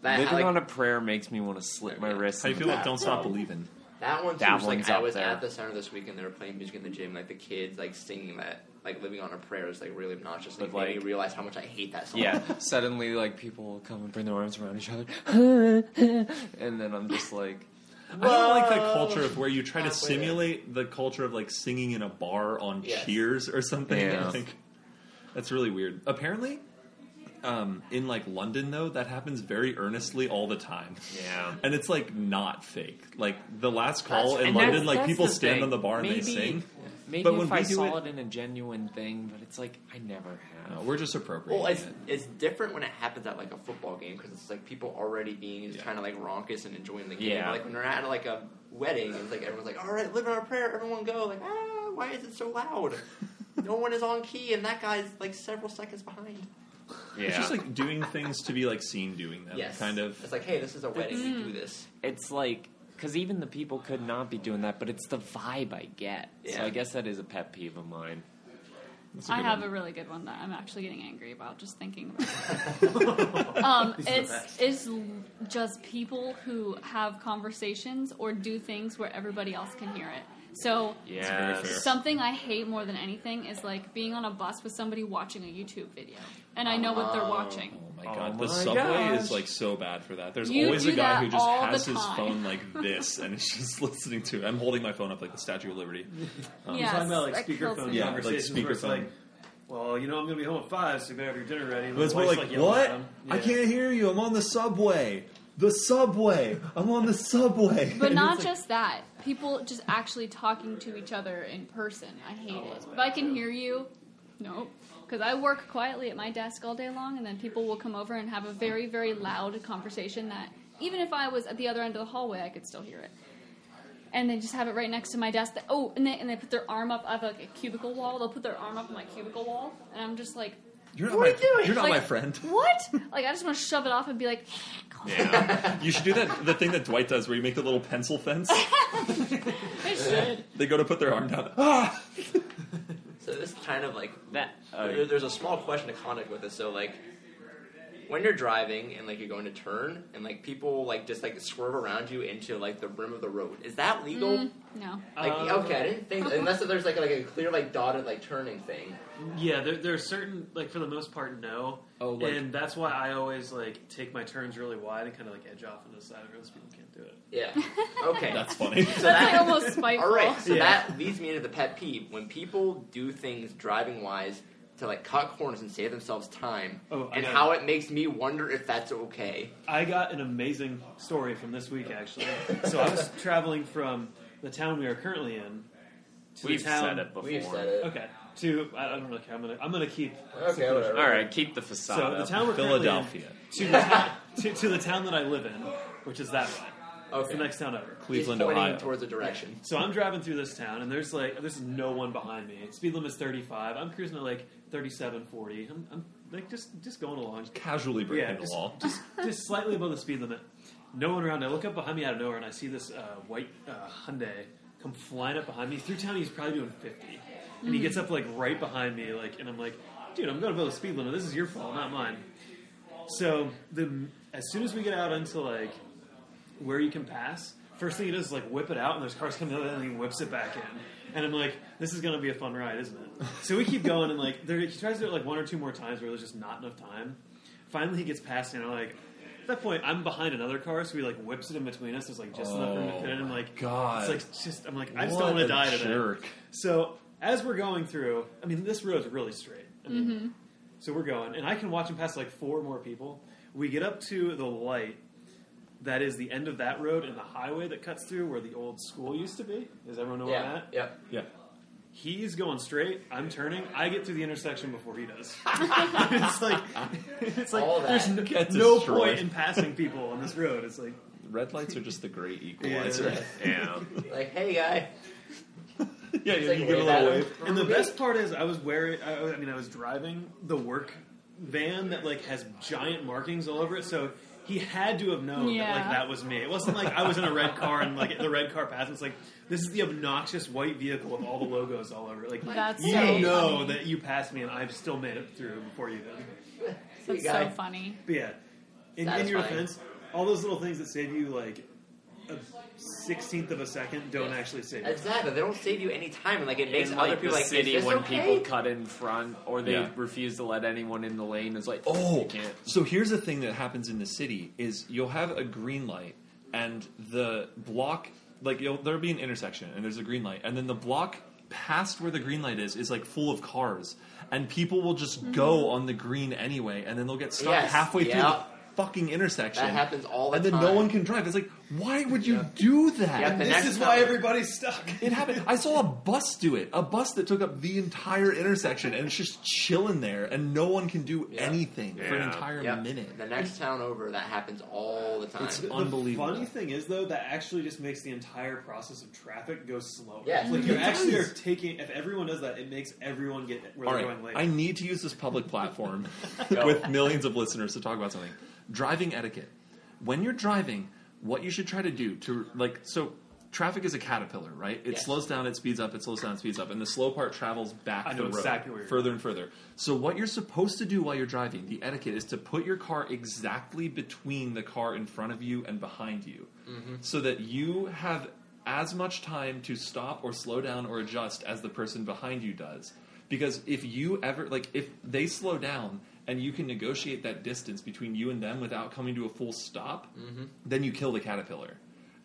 That,
Living
I, like,
on a prayer makes me want to slit my wrists.
How do you
in
feel
the
about Don't
bathroom.
Stop Believing?
that one too.
That
was, like
one's
I
up
was
there.
at the center this weekend. They were playing music in the gym. Like the kids, like singing that, like living on a prayer is like really obnoxious. Like,
But,
made me
like-
realize how much I hate that song.
Yeah, suddenly like people will come and bring their arms around each other, and then I'm just like,
I don't like that culture of where you try to
Halfway there.
simulate the culture of like singing in a bar on
Yes.
Cheers or something.
Yeah.
Like, that's really weird. Apparently, um, in like London though, that happens very earnestly all the time.
yeah.
And it's like not fake. Like the last call
That's-
in
And
London,
that's-
like
that's
people
the
stand
thing.
on the bar and they
Maybe-
sing.
Maybe
But
if
when
I
we do
saw
it-
it, in a genuine thing, but it's like I never have.
No, we're just appropriating
Well, it's
it.
it's different when it happens at like a football game because it's like people already being just
Yeah.
kind of like raucous and enjoying the game.
Yeah.
But, like when they're at like a wedding, it's like everyone's like, "All right, live in our prayer, everyone go!" Like, ah, why is it so loud? no one is on key, and that guy's like several seconds behind.
yeah.
It's just like doing things to be like seen doing them.
yes,
Kind of.
It's like, hey, this is a wedding. We do this.
it's like because even the people could not be doing that, but it's the vibe I get.
Yeah.
So I guess that is a pet peeve of mine.
That's a
I
good
have
one.
a really good one that I'm actually getting angry about just thinking about. it. um,
These are the
it's
best.
it's l- just people who have conversations or do things where everybody else can hear it. So
Yeah.
very fair.
something I hate more than anything is like being on a bus with somebody watching a YouTube video, and I know what they're watching.
Oh my
Oh
god,
my
the subway
gosh.
is like so bad for that. There's
You
always
do
a guy
that
who just
all
has
the
his
time.
phone like this and is just listening to it. I'm holding my phone up like the Statue of Liberty.
yes,
talking about like
that kills
speakerphone
me.
Yeah, like
conversations where it's
speakerphone.
like, well, you know, I'm gonna be home at five, so you better have your dinner ready. And
But it's
my
more
wife's,
like,
yelling
what?
at him.
I
Yeah.
can't hear you. I'm on the subway. The subway. I'm on the subway.
But not just that. People just actually talking to each other in person. I hate it. If I can hear you, nope. Because I work quietly at my desk all day long, and then people will come over and have a very, very loud conversation that even if I was at the other end of the hallway, I could still hear it. and they just have it right next to my desk. That, oh, and they and they put their arm up. I have like a cubicle wall. They'll put their arm up on my cubicle wall, and I'm just like,
You're not
what
my-
are you doing?
you're not
Like,
my friend.
What? Like I just want to shove it off and be like,
Yeah. you should do that the thing that Dwight does where you make the little pencil fence.
I should.
They go to put their arm down. Ah!
So this kind of like
That uh,
Oh,
there, there's a small question of conduct with this. So like, when you're driving and like you're going to turn and like people like just like swerve around you into like the rim of the road, is that legal?
Mm-hmm.
Mm, no.
Like
Um,
okay, I didn't think unless there's like a, like a clear like dotted like turning thing.
Yeah, there, there are certain, like for the most part, no.
Oh, like-
and that's why I always like take my turns really wide and kind of like edge off on the side, or else people can't do it.
Yeah. Okay.
That's funny.
so
That's
that
like almost spiteful.
all right. So
Yeah.
that leads me into the pet peeve when people do things driving wise to like cut corners and save themselves time,
Oh, I
and
know.
how it makes me wonder if that's okay.
I got an amazing story from this week, actually. so I was traveling from the town we are currently in to
we've
the town.
said it before.
We've said it.
Okay. To I, I don't really care. I'm gonna I'm gonna keep.
Okay, whatever.
All right, keep the facade.
So the
up.
town we're currently in-
Philadelphia.
to the town, to, to the town that I live in, which is that one. It's
Okay.
the next town over.
He's
Cleveland,
pointing
Ohio.
towards a direction.
So I'm driving through this town, and there's like there's no one behind me. Speed limit's 35. I'm cruising at like 37, 40. I'm, I'm like just just going along,
Casually breaking
Yeah,
the
just-
law.
just slightly above the speed limit. No one around. I look up behind me out of nowhere, and I see this uh, white uh, Hyundai come flying up behind me. Through town, he's probably doing 50, and he gets up like right behind me, like, and I'm like, dude, I'm going above the speed limit. This is your fault, not mine. So the as soon as we get out into like where you can pass, first thing he does is like whip it out, and there's cars coming out, and he whips it back in. And I'm like, this is gonna be a fun ride, isn't it? So we keep going, and like there, he tries to do it like one or two more times, where there's just not enough time. Finally, he gets past, me, and I'm like, at that point, I'm behind another car, so he like whips it in between us. There's like just enough room to fit in. I'm like,
God.
it's like just, I'm like, I just
Oh What
don't want
a
to die today.
jerk.
So as we're going through, I mean, this road's really straight. I mean, So we're going, and I can watch him pass like four more people. We get up to the light that is the end of that road and the highway that cuts through where the old school used to be. Does everyone know where
Yeah.
that?
Yep.
Yeah.
He's going straight. I'm turning. I get to the intersection before he does. it's like it's like
All that.
there's no,
Get
no
destroyed.
point in passing people on this road. It's like
Red lights are just the great
yeah,
equalizer.
yeah.
Like, hey, guy.
Yeah,
It's
you
like,
give
wave
a little
at him.
wave.
And the best part is, I was wearing. I, I mean, I was driving the work van that like has giant markings all over it. So he had to have known that like
Yeah.
that was me. It wasn't like I was in a red car and like the red car passed. It's like this is the obnoxious white vehicle with all the logos all over. it. Like
That's
you
so
know
funny.
that you passed me and I've still made it through before you did.
Hey,
That's
guy.
so funny.
But yeah, in, in your
Satisfying.
defense, all those little things that save you like a sixteenth of a second don't actually save you.
Exactly. They don't save you any time, and like it makes
in
other
like the
people like
city
is this
when
okay?
people cut in front or they
Yeah.
refuse to let anyone in the lane it's like
Oh,
you can't
so here's the thing that happens in the city is you'll have a green light and the block like you'll there'll be an intersection and there's a green light and then the block past where the green light is is like full of cars and people will just go on the green anyway and then they'll get stuck
Mm-hmm. Yes,
halfway through
yeah.
the fucking intersection.
That happens all the
and then no
time.
one can drive. It's like why would you do that?
Yeah, the
This
next
is why
time-
everybody's stuck.
It happened. I saw a bus do it. A bus that took up the entire intersection and it's just chilling there, and no one can do
Yeah.
anything for an
Yeah.
entire
Yep.
minute.
The next town over, that happens all the time.
It's
The-
Unbelievable.
The funny thing is, though, that actually just makes the entire process of traffic go slower.
Yeah.
like you
It
actually
does.
are taking. If everyone does that, it makes everyone get where
All
they're
right,
going later.
I need to use this public platform
Go.
with millions of listeners to talk about something. Driving etiquette. When you're driving, what you should try to do to like so traffic is a caterpillar, right? It
Yes.
slows down, it speeds up, it slows down, it speeds up, and the slow part travels back
I know
the road
exactly where you're
further and further. So what you're supposed to do while you're driving, the etiquette is to put your car exactly between the car in front of you and behind you.
Mm-hmm.
So that you have as much time to stop or slow down or adjust as the person behind you does. Because if you ever like if they slow down and you can negotiate that distance between you and them without coming to a full stop,
Mm-hmm.
then you kill the caterpillar.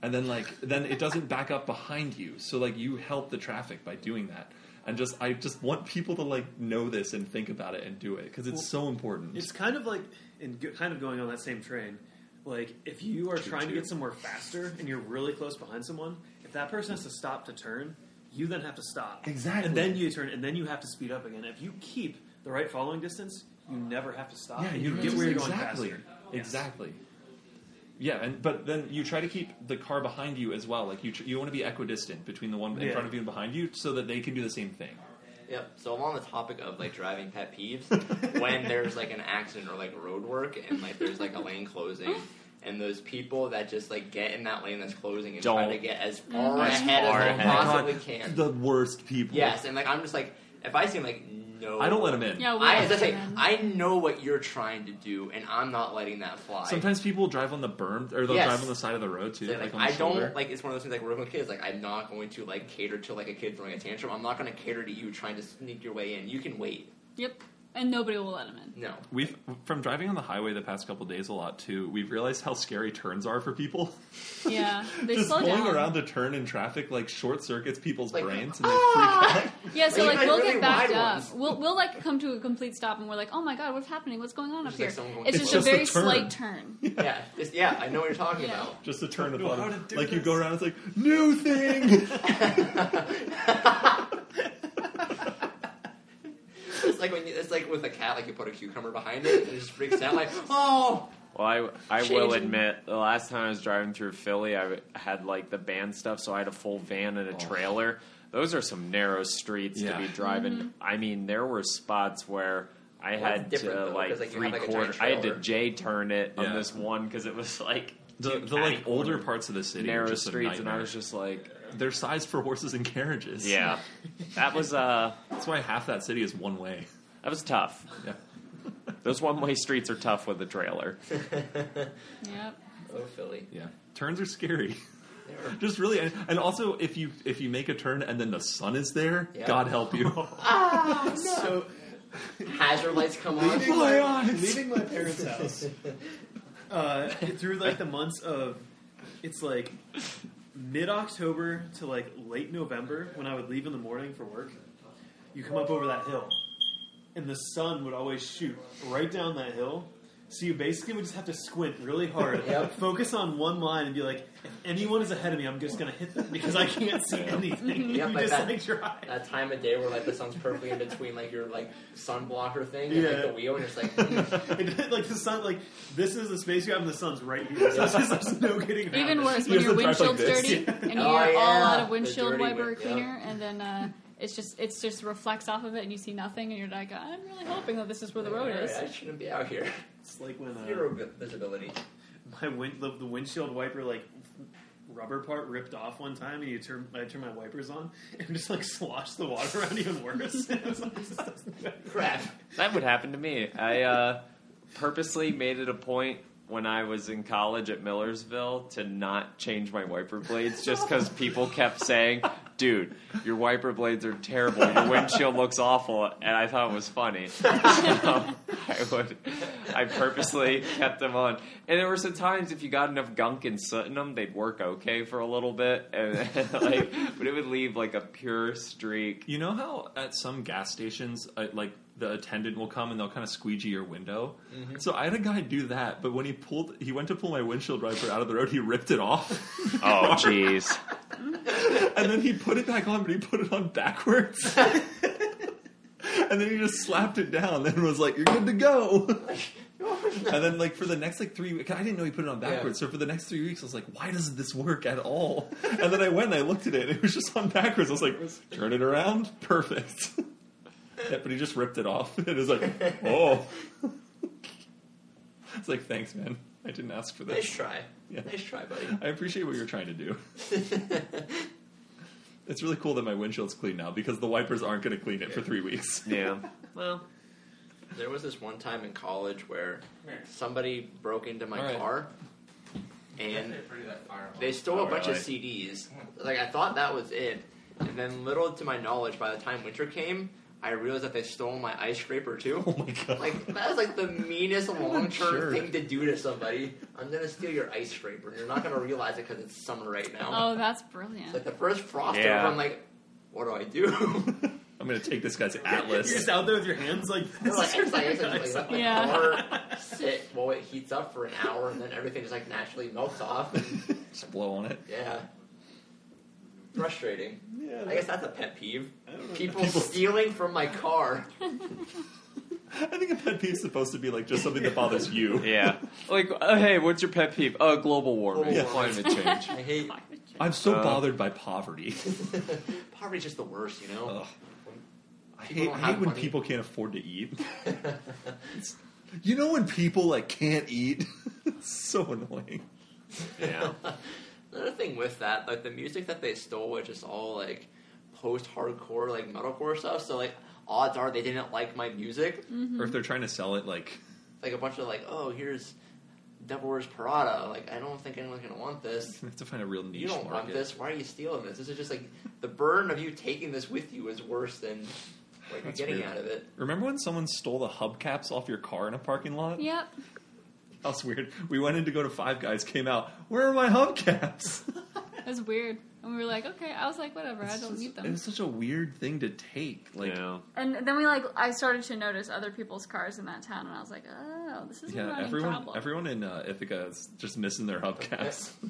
And then like then it doesn't back up behind you. So like you help the traffic by doing that. And just I just want people to like know this and think about it and do it because it's so important.
It's kind of like, and go- kind of going on that same train. Like if you are trying to get somewhere faster and you're really close behind someone, if that person has to stop to turn, you then have to stop
Exactly.
and then you turn, and then you have to speed up again. If you keep the right following distance, you never have to stop.
yeah,
and
you
get where you're going
exactly
faster. Yes.
exactly. Yeah, and but then you try to keep the car behind you as well. Like you, tr- you want to be equidistant between the one in
Yeah.
front of you and behind you, so that they can do the same thing.
Yep. So along the topic of like driving pet peeves, when there's like an accident or like road work and like there's like a lane closing and those people that just like get in that lane that's closing and try
Don't.
to get as far
As
ahead
far
as they
ahead.
possibly can.
The worst people.
yes, and like I'm just like if I seem like no
I don't let them in.
Yeah, we
I as I say,
understand.
I know what you're trying to do and I'm not letting that fly.
Sometimes people will drive on the berm, or they'll
Yes.
drive on the side of the road too.
So,
like,
like,
on the
I
shoulder.
don't like it's one of those things like working with kids. Like I'm not going to like cater to like a kid throwing a tantrum. I'm not going to cater to you trying to sneak your way in. You can wait.
Yep. And nobody will let him in.
No.
We've from driving on the highway the past couple days a lot too. We've realized how scary turns are for people.
Yeah, they
Just
slow
pulling
down.
around the turn in traffic like short circuits people's
Like,
brains and they freak out.
Ah! Yeah, so
Like,
like
like,
we'll
really
get backed
wide
up.
ones.
We'll we'll like come to a complete stop, and we're like, oh my god, what's happening? What's going on
There's,
up
like,
here?
someone going-
It's
It's
just a
just a
very
turn.
slight turn.
Yeah. It's, yeah. I know what you're talking
Yeah.
about.
Just a turn of
know how
bottom.
to do
Like you
this.
go around, it's like new thing.
It's like when you, it's like with a cat, like you put a cucumber behind it and it just freaks out, like oh.
Well, I, I will
Changing.
admit, the last time I was driving through Philly, I w- had like the band stuff, so I had a full van and a trailer. Those are some narrow streets
Yeah.
to be driving. I mean, there were spots where I
Well,
had
that's
to
different, though,
like
'cause, like, you
three
have, like, a giant
quarter. I had to
trailer.
J turn it
Yeah.
on this one because it was like
the
two
the like
catty
older
corners,
parts of the city are
narrow
just a
streets, and I
nightmare.
was just like,
they're sized for horses and carriages.
yeah, that was uh,
that's why half that city is one way.
that was tough.
Yeah.
Those one way streets are tough with a trailer.
Yep.
Oh, Philly.
Yeah, turns are scary.
They were-
Just really, and, and also if you if you make a turn and then the sun is there,
Yeah.
God help you.
So
Hazard lights come on.
leaving
my
my,
eyes.
leaving my parents' house uh, through like the months of it's like mid October to like late November when I would leave in the morning for work. You come up over that hill, and the sun would always shoot right down that hill. So you basically would just have to squint really hard,
Yep.
focus on one line, and be like, "If anyone is ahead of me, I'm just gonna hit them because I can't see anything."
Yep,
you
like
just
that.
like drive.
That time of day where like the sun's perfectly in between like your like sun blocker thing and like
Yeah.
the wheel, and it's like mm,
It- like the sun, like this is the space you have, and the sun's right here. So it's just, there's no getting around
Even
it.
worse
You
when
have
your
to drive like
windshield's
this.
dirty and you're
Oh,
all
yeah,
out of
the
windshield
dirty
wiper
wind-
cleaner, and then uh, it's just it's just reflects off of it, and you see nothing, and you're like, I'm really hoping that this is where the road
alright,
is.
I shouldn't be out here.
It's like when uh,
Zero vi- visibility.
my wind, the, the windshield wiper, like rubber part ripped off one time, and you turn, I turn my wipers on, and just like slosh the water around even worse. It's like, this doesn't matter.
Crap.
That would happen to me. I uh, purposely made it a point when I was in college at Millersville to not change my wiper blades just because people kept saying, dude, your wiper blades are terrible. Your windshield looks awful. And I thought it was funny. So I would, I purposely kept them on. And there were some times if you got enough gunk and soot in them, they'd work okay for a little bit. And, like, but it would leave like a pure streak.
You know how at some gas stations, uh, like the attendant will come and they'll kind of squeegee your window. So I had a guy do that, but when he pulled, he went to pull my windshield wiper out of the road. He ripped it off,
Oh, jeez.
and then he put it back on, but he put it on backwards. And then he just slapped it down and was like, "You're good to go." and then, like for the next like three weeks, I didn't know he put it on backwards. So for the next three weeks, I was like, "Why doesn't this work at all?" And then I went and I looked at it, and it was just on backwards. I was like, "Turn it around, perfect." Yeah, but he just ripped it off. It was like, "Oh." it's like, thanks, man. I didn't ask for
Nice
this.
try.
Yeah.
Nice try, buddy.
I appreciate what you're trying to do. It's really cool that my windshield's clean now because the wipers aren't going to clean it for three weeks.
Yeah. Well,
There was this one time in college where somebody broke into my
All right.
car and they stole
Oh,
a bunch of
really?
CDs. Like I thought that was it. And then little to my knowledge, by the time winter came, I realized that they stole my ice scraper
Oh
too.
my god!
Like that is like the meanest long
jerk.
term thing to do to somebody. I'm gonna steal your ice scraper. and You're not gonna realize it because it's summer right now.
Oh, that's
It's
brilliant.
Like the first frost
Yeah.
over, I'm like, what do I do?
I'm going to take this guy's
You're
atlas.
just out there with your hands like
No,
this.
like, it's like, it's like, let the
Yeah.
car sit while it heats up for an hour, and then everything just like naturally melts off. And,
just blow on it.
yeah, frustrating.
Yeah,
I guess that's a pet peeve.
I don't know.
People stealing from my car.
I think a pet peeve is supposed to be like just something that bothers you.
Yeah. Like, uh, hey, what's your pet peeve? Uh, global warming,
Global
climate change.
I hate
I'm so
Uh,
bothered by poverty.
poverty's just the worst, you know.
Ugh. I
People
hate,
don't
I
have
hate when
money.
people can't afford to eat.
Oh.
It's- you know when people like can't eat? it's so annoying.
Yeah.
Another thing with that, like the music that they stole, was just all like post-hardcore, like metalcore stuff. So like, odds are they didn't like my music.
Or if they're trying to sell it, like
Like a bunch of like, oh, here's Devil Wears Prada. Like, I don't think anyone's gonna want this.
you have to find a real niche
You don't
market.
want this. Why are you stealing this? This is just like the burden of you taking this with you is worse than what you're
That's
getting
weird.
out of it.
Remember when someone stole the hubcaps off your car in a parking lot?
Yep.
That's weird. We went in to go to Five Guys, came out. Where are my hubcaps?
It was weird. And we were like, okay. I was like, whatever. I
It's
don't
just-
need them.
It's such a weird thing to take. Like,
yeah.
And then we like, I started to notice other people's cars in that town, and I was like, oh, this is a
yeah,
running
everyone,
problem.
everyone in uh, Ithaca is just missing their hubcaps.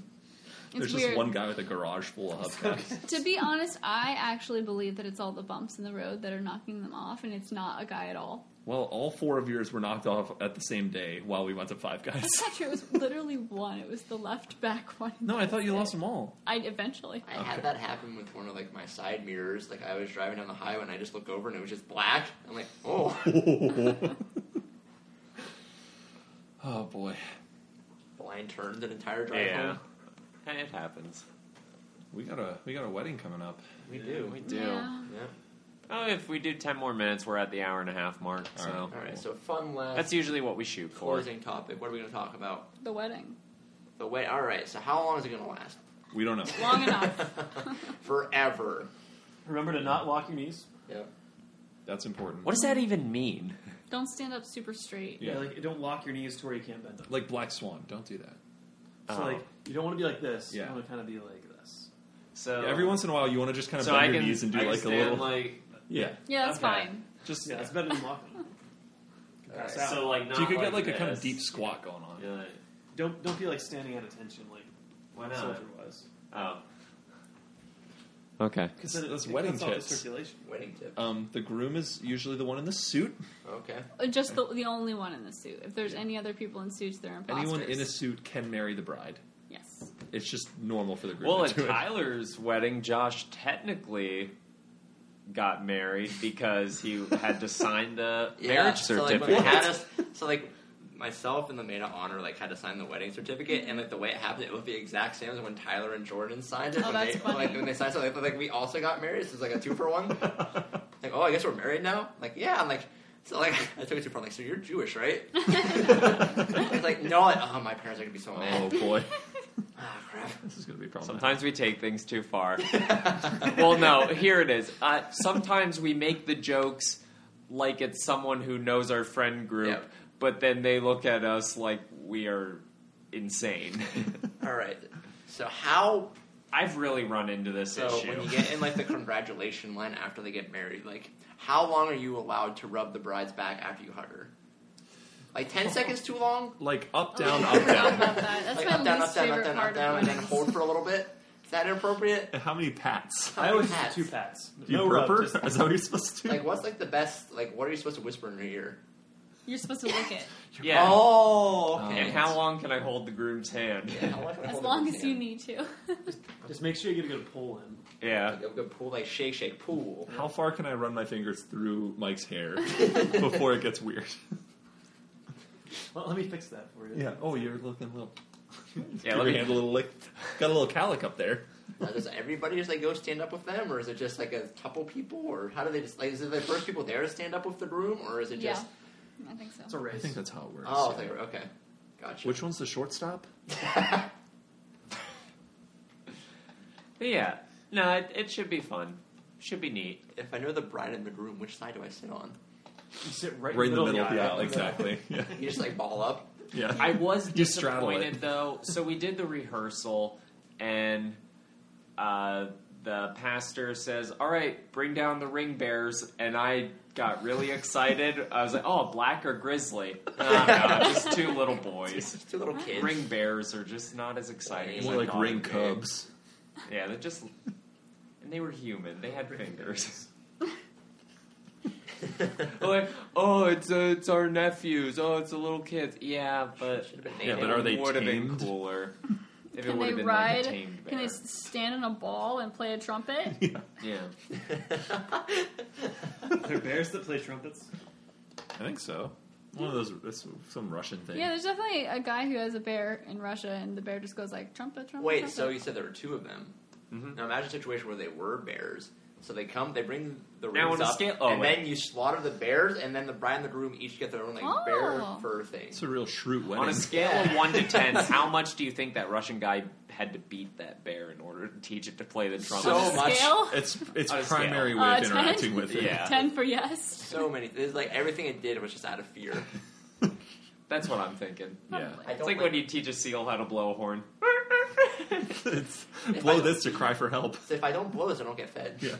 There's
it's
just
weird.
one guy with a garage full of hubcaps.
To be honest, I actually believe that it's all the bumps in the road that are knocking them off, and it's not a guy at all.
well, all four of yours were knocked off at the same day while we went to Five Guys.
I'm not sure it was literally one. It was the left back one.
No, I thought you lost them all.
I eventually.
I had that happen with one of like my side mirrors. Like I was driving down the highway and I just look over and it was just black. I'm like, oh,
oh boy,
blind turned an entire drive
Yeah.
home.
It happens.
we got a we got a wedding coming up.
We do.
We do.
Yeah.
Yeah.
Oh, if we do 10 more minutes, we're at the hour and a half mark.
All
so
All right. So fun last
Oh. that's usually what we shoot for.
closing topic. What are we going to talk about?
The wedding.
The wait. All right. So how long is it going to last?
We don't know.
Long enough.
Forever.
Remember to not lock your knees.
Yep.
That's important.
What does that even mean?
Don't stand up super straight.
Yeah.
Yeah, like don't lock your knees to where you can't bend them.
Like Black Swan, don't do that.
So
Oh.
like you don't want to be like this.
Yeah.
You want to kind of be like this.
So
Every once in a while, you want to just kind of
so
bend
I
your
can,
knees and do
I can
like a
stand,
little.
like
yeah,
Yeah, that's
Okay.
fine.
just
Yeah, it's better than locking. You
All right,
pass out.
so like not
so you could get like
this.
a kind of deep squat going on.
Yeah, like-
don't don't be like standing at attention like
Why not?
soldier wise.
Oh. Okay.
Because
That's wedding tips.
circulation.
Wedding tip.
Um, the groom is usually the one in the suit.
Okay.
Uh, Just the, the only one in the suit. If there's any other people in suits, they're imposters.
Anyone in a suit can marry the bride.
Yes.
It's just normal for the groom
Well,
to
at
do it.
Tyler's wedding, Josh technically got married because he had to sign the marriage
so like,
certificate.
when they had us, so like myself and the maid of honor like had to sign the wedding certificate, and like the way it happened, it was the exact same as when Tyler and Jordan signed it.
Oh,
when
that's
they,
funny.
Like when they signed something, like, like we also got married. So it was like a two for one. like oh, I guess we're married now. Like yeah, I'm like. So like I took it too far. I'm like so you're Jewish, right? it's like no, like, oh my parents are gonna be so
Oh
mad.
boy,
Oh.
Ah crap.
this is gonna be problematic.
Sometimes we take things too far. well, no, here it is. Uh, sometimes we make the jokes like it's someone who knows our friend group,
Yep.
but then they look at us like we are insane.
All right. So how?
I've really run into this
So
issue.
when you get in like the congratulation line after they get married, like how long are you allowed to rub the bride's back after you hug her? Like ten seconds too long?
like up down
I
up
forgot
down.
about that. That's
like
my
up down,
least
up down, up
favorite
down,
part
up down,
of
and then
weddings.
hold for a little bit. Is that inappropriate?
How many pats?
How
I
many
always do
pats?
two pats.
Do you
no rub,
burper?
just-
Is that what you're supposed to do?
Like what's like the best? Like what are you supposed to whisper in her ear?
You're supposed to lick it.
yeah.
Oh, okay.
And how long can I hold the groom's hand?
Yeah, how long can I
As
hold
long
it in
as you
hand?
need to.
just make sure you get a good pull in.
Yeah.
Like a good pull, like shake, shake, pull.
How far can I run my fingers through Mike's hair before it gets weird?
Well, let me fix that for you.
Yeah. Oh, you're looking a little.
Yeah,
Give
let
your
me-
hand a little lick. Got a little calic up there.
Now, does everybody just like go stand up with them, or is it just like a couple people, or how do they just like? Is it the first people there to stand up with the groom, or is it
yeah.
just?
I think
It's a
so.
I
race.
think that's how it works.
Oh, it's like, okay, gotcha.
Which one's the shortstop?
But yeah. No, it, it should be fun. Should be neat.
If I know the bride and the groom, which side do I sit on?
you sit right,
Right in the middle.
of the
yeah,
aisle.
exactly. Yeah.
You just like ball up.
Yeah.
I was
You straddle it.
disappointed though. So we did the rehearsal, and uh, the pastor says, "All right, bring down the ring bearers." And I got really excited. I was like, "Oh, black or grizzly?" Oh, no, just two little boys.
It's two little kids.
Ring bears are just not as exciting. as
More
I
like
thought
ring
they'd be.
cubs.
Yeah, they just and they were human. They had fingers. like, oh, it's uh, it's our nephews. Oh, it's the little kids. Yeah, but
Should've been
Yeah,
named.
but are they
would have been
tamed?
cooler if it
Can
would
they
have been
ride?
like a tamed bear.
Can they s- stand on a ball and play a trumpet?
Yeah,
They're bears that play trumpets.
I think so. One of those, that's some Russian thing.
Yeah, there's definitely a guy who has a bear in Russia, and the bear just goes like trumpet, trumpet.
Wait,
trumpet.
so you said there were two of them.
Mm-hmm.
Now imagine a situation where they were bears. So they come, they bring the
Now
rings
on a
up,
scale- oh,
and
wait.
then you slaughter the bears, and then the bride and the groom each get their own like bear
Oh.
fur thing.
it's a real shrew wedding.
on a scale of one to ten, how much do you think that Russian guy had to beat that bear in order to teach it to play the trumpet?
So much.
Scale?
it's it's
On a scale.
primary way
Uh,
of
10?
interacting with it.
Yeah.
Ten for yes.
so many. It's like everything it did was just out of fear.
That's what I'm thinking.
Yeah.
Probably.
I
It's
don't
like
like.
when you teach a seal how to blow a horn.
It's-
If I-
blow this to cry for help.
if I don't blow this, I don't get fed.
Yeah.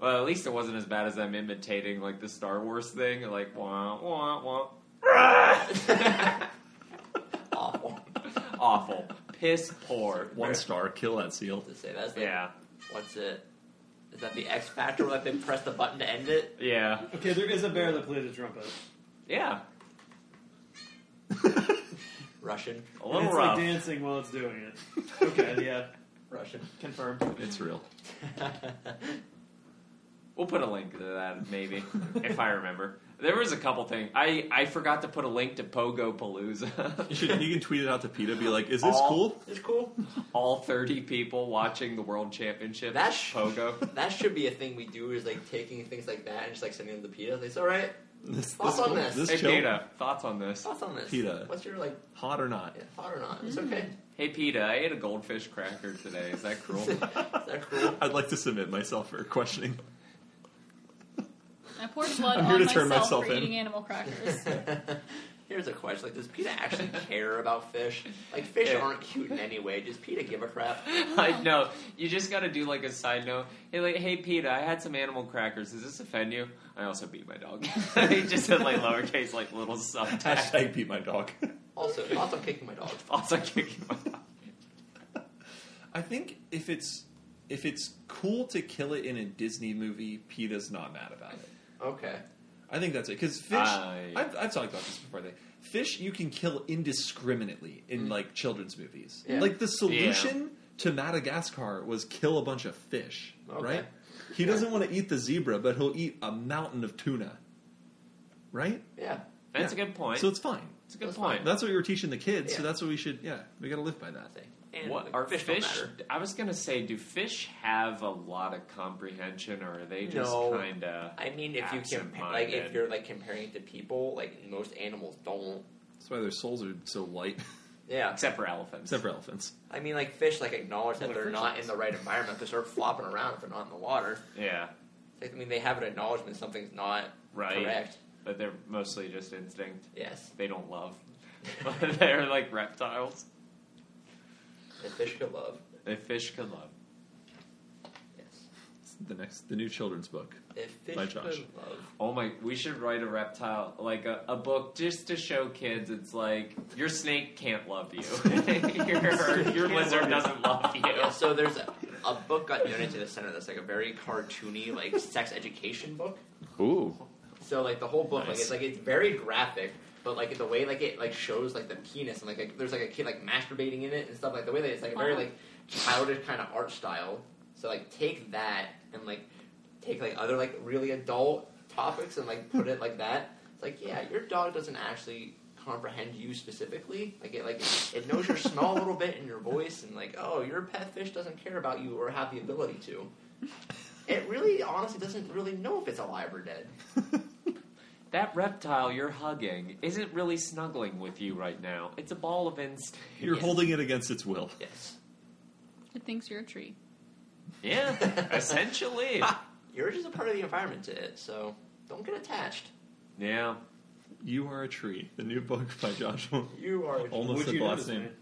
Well, at least it wasn't as bad as I'm imitating like the Star Wars thing, like wah wah wah.
Awful.
Awful, piss poor.
One star, kill that seal.
To say that's like,
Yeah,
What's it? Is that the X Factor where like, they press the button to end it?
yeah,
Okay, there is a bear that plays a trumpet.
yeah.
Russian,
A
And
little
it's
rough.
like dancing while it's doing it. Okay, yeah,
Russian.
confirmed.
It's real.
We'll put a link to that maybe if I remember. There was a couple things I I forgot to put a link to Pogo
You,
Palooza.
should, you can tweet it out to PETA. Be like, is this
All-
cool?
It's cool.
All thirty people watching the World Championship.
That sh-
Pogo.
That should be a thing we do. Is like taking things like that and just like sending them to PETA. Like, it's all right.
This,
Thoughts on this?
Hey
chill?
Peta, thoughts on this?
Thoughts on this?
PETA.
What's your like
hot or not?
yeah, thought or not? It's okay.
Hey Peta, I ate a goldfish cracker today. Is that cruel?
Is that cool?
I'd like to submit myself for questioning.
I poured blood
I'm here
on
to turn
myself,
myself
for
in.
eating animal crackers.
Here's a question: Like, does PETA actually care about fish? Like, fish
Yeah.
aren't cute in any way. Does PETA give a crap?
I know. You just gotta do like a side note. Hey, like, hey, Peta, I had some animal crackers. Does this offend you? I also beat my dog. he just said like lowercase, like little subtext.
Hashtag beat my dog.
Also, thoughts on kicking my dog?
Also kicking my dog.
I think if it's if it's cool to kill it in a Disney movie, PETA's not mad about it.
Okay.
I think that's it. Because fish,
I-
I've, I've talked about this before. I think. Fish you can kill indiscriminately in like children's movies.
Yeah.
Like the solution to Madagascar was kill a bunch of fish,
Okay.
right? He doesn't want to eat the zebra, but he'll eat a mountain of tuna, right?
Yeah.
That's
Yeah.
a good point.
So it's fine.
That's a good
That's
point.
That's what we were teaching the kids. So
Yeah.
that's what we should. Yeah, we got to live by that.
Say, And
What
like,
are
fish?
fish?
Don't matter.
I was gonna say, do fish have a lot of comprehension, or are they just
No.
kind of?
I mean, if you compare, like,
Absent-minded.
if you're like comparing it to people, like most animals don't.
That's why their souls are so light,
Yeah.
Except for elephants.
except for elephants.
I mean, like fish, like acknowledge that
Well,
they're
fish
not in the right environment. They start flopping around if they're not in the water.
yeah,
Like, I mean, they have an acknowledgement something's not
right.
correct.
But they're mostly just instinct.
Yes,
They don't love. But they're like reptiles.
the fish could love.
If fish could love.
Yes,
It's the next, the new children's book.
if fish
By
could
Josh.
love.
Oh my, we should write a reptile, like a, a book just to show kids it's like, your snake can't love you. your your lizard doesn't love
Yeah,
you.
so there's a, a book got donated to the center that's like a very cartoony, like sex education book.
Ooh,
So like the whole book, like
Nice.
it's like it's very graphic, but like the way like it like shows like the penis and like, like, there's like a kid like masturbating in it and stuff. Like the way that it's like a very
Wow.
like childish kind of art style. So like take that and like take like other like really adult topics and like put it like that. It's like yeah, your dog doesn't actually comprehend you specifically. Like it like it knows your smell a little bit and your voice and like oh your pet fish doesn't care about you or have the ability to. It really honestly doesn't really know if it's alive or dead.
That reptile you're hugging isn't really snuggling with you right now. It's a ball of instinct.
you're
Yeah.
holding it against its will.
Yes.
it thinks you're a tree.
Yeah, essentially.
You're just a part of the environment to it, so don't get attached.
Yeah.
You are a tree. The new book by Joshua.
You are.
Almost
Would
said
you
the
do
last
this,
name.
man?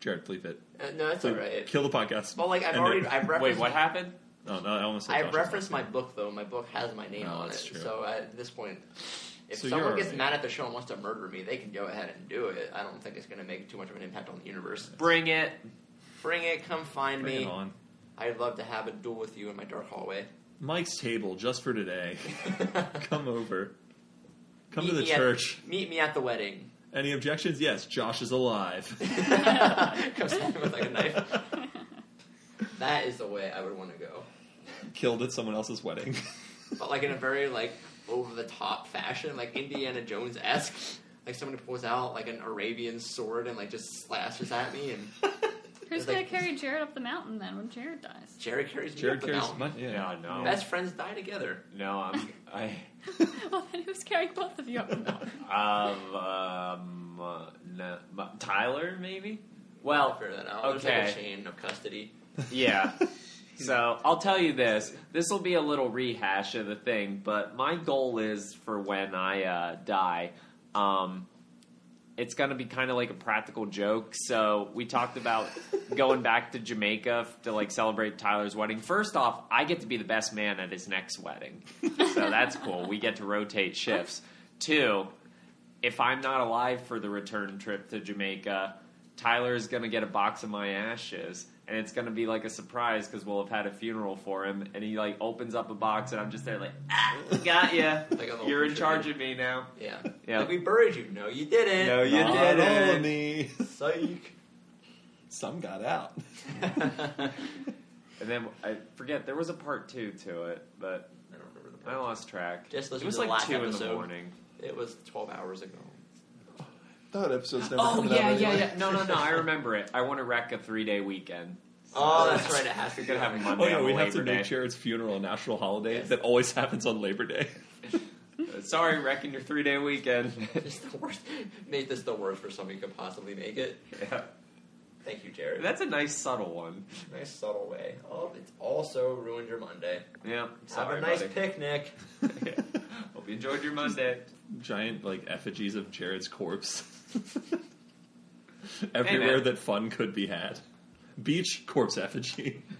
Jared, bleep it.
Uh, no, that's all right.
Kill the podcast.
Well, like I've
End
already,
it.
I've
Wait,
referenced,
what happened?
Oh, no, I almost said
I've
Josh's
referenced my
last
book though. My book has my name
No,
on it.
Oh, that's true.
So at this point, if
So
someone
you're
gets
alright.
mad at the show and wants to murder me, they can go ahead and do it. I don't think it's going to make too much of an impact on the universe.
Bring it.
Bring it, come find
name. Bring it
me.
on.
I'd love to have a duel with you in my dark hallway.
Mike's table just for today. Come over. Come to
Meet
the
me at-
church.
meet me at the wedding.
Any objections? Yes, Josh is alive.
Comes at me with like a knife. That is the way I would want to go,
Killed at someone else's wedding.
but like in a very like over the top fashion, like Indiana Jones esque. Like somebody pulls out like an Arabian sword and like just slashes at me, and
Who's
It's
gonna
like-
carry Jared up the mountain then when Jared dies?
Jared carries me
Jared
up the
carries
mountain.
my, yeah.
Yeah, no,
Best friends die together.
no, I'm I
well, then who's carrying both of you up the mountain?
um, um uh, no, but Tyler maybe. Well,
figure that out. There's like a
okay.
chain of custody.
yeah. So I'll tell you this. This will be a little rehash of the thing, but my goal is for when I uh, die. Um, it's going to be kind of like a practical joke. So we talked about going back to Jamaica f- to like celebrate Tyler's wedding. First off, I get to be the best man at his next wedding. So that's cool. We get to rotate shifts. Two, if I'm not alive for the return trip to Jamaica, Tyler is going to get a box of my ashes. And it's going to be like a surprise because we'll have had a funeral for him. And he like opens up a box and I'm just there like, ah, got ya.
Like a little
You're in
tribute.
charge of me now.
Yeah.
Yeah.
Like we buried you. No, you didn't.
No, you
Not
did
all of
it.
me.
Psych.
Some got out.
I don't
And then I forget there was a part two to it, but
remember the
I
part.
lost track.
Just
it
listen
was
to the
like
last
two in
episode.
the morning.
It was 12 hours ago.
That episode's never
Oh
coming
yeah,
out
yeah,
anyway.
yeah. No, no, no. I remember it. I want to wreck a three day weekend.
Oh, that's right. It has to
You're
be
gonna have
on-
Monday.
Oh yeah,
on
we have to
Labor
make
Day.
Jared's funeral a national holiday
Yes.
that always happens on Labor Day.
Uh, Sorry, wrecking your three day weekend.
It's the worst. Made this the worst for somebody who could possibly make it.
yeah.
Thank you, Jared.
That's a nice subtle one.
nice subtle way. Oh, it's also ruined your Monday.
Yeah. Sorry,
have a nice
buddy.
picnic.
Yeah. Hope you enjoyed your Monday.
Giant like effigies of Jared's corpse
Hey,
everywhere
man.
that fun could be had. Beach corpse effigy.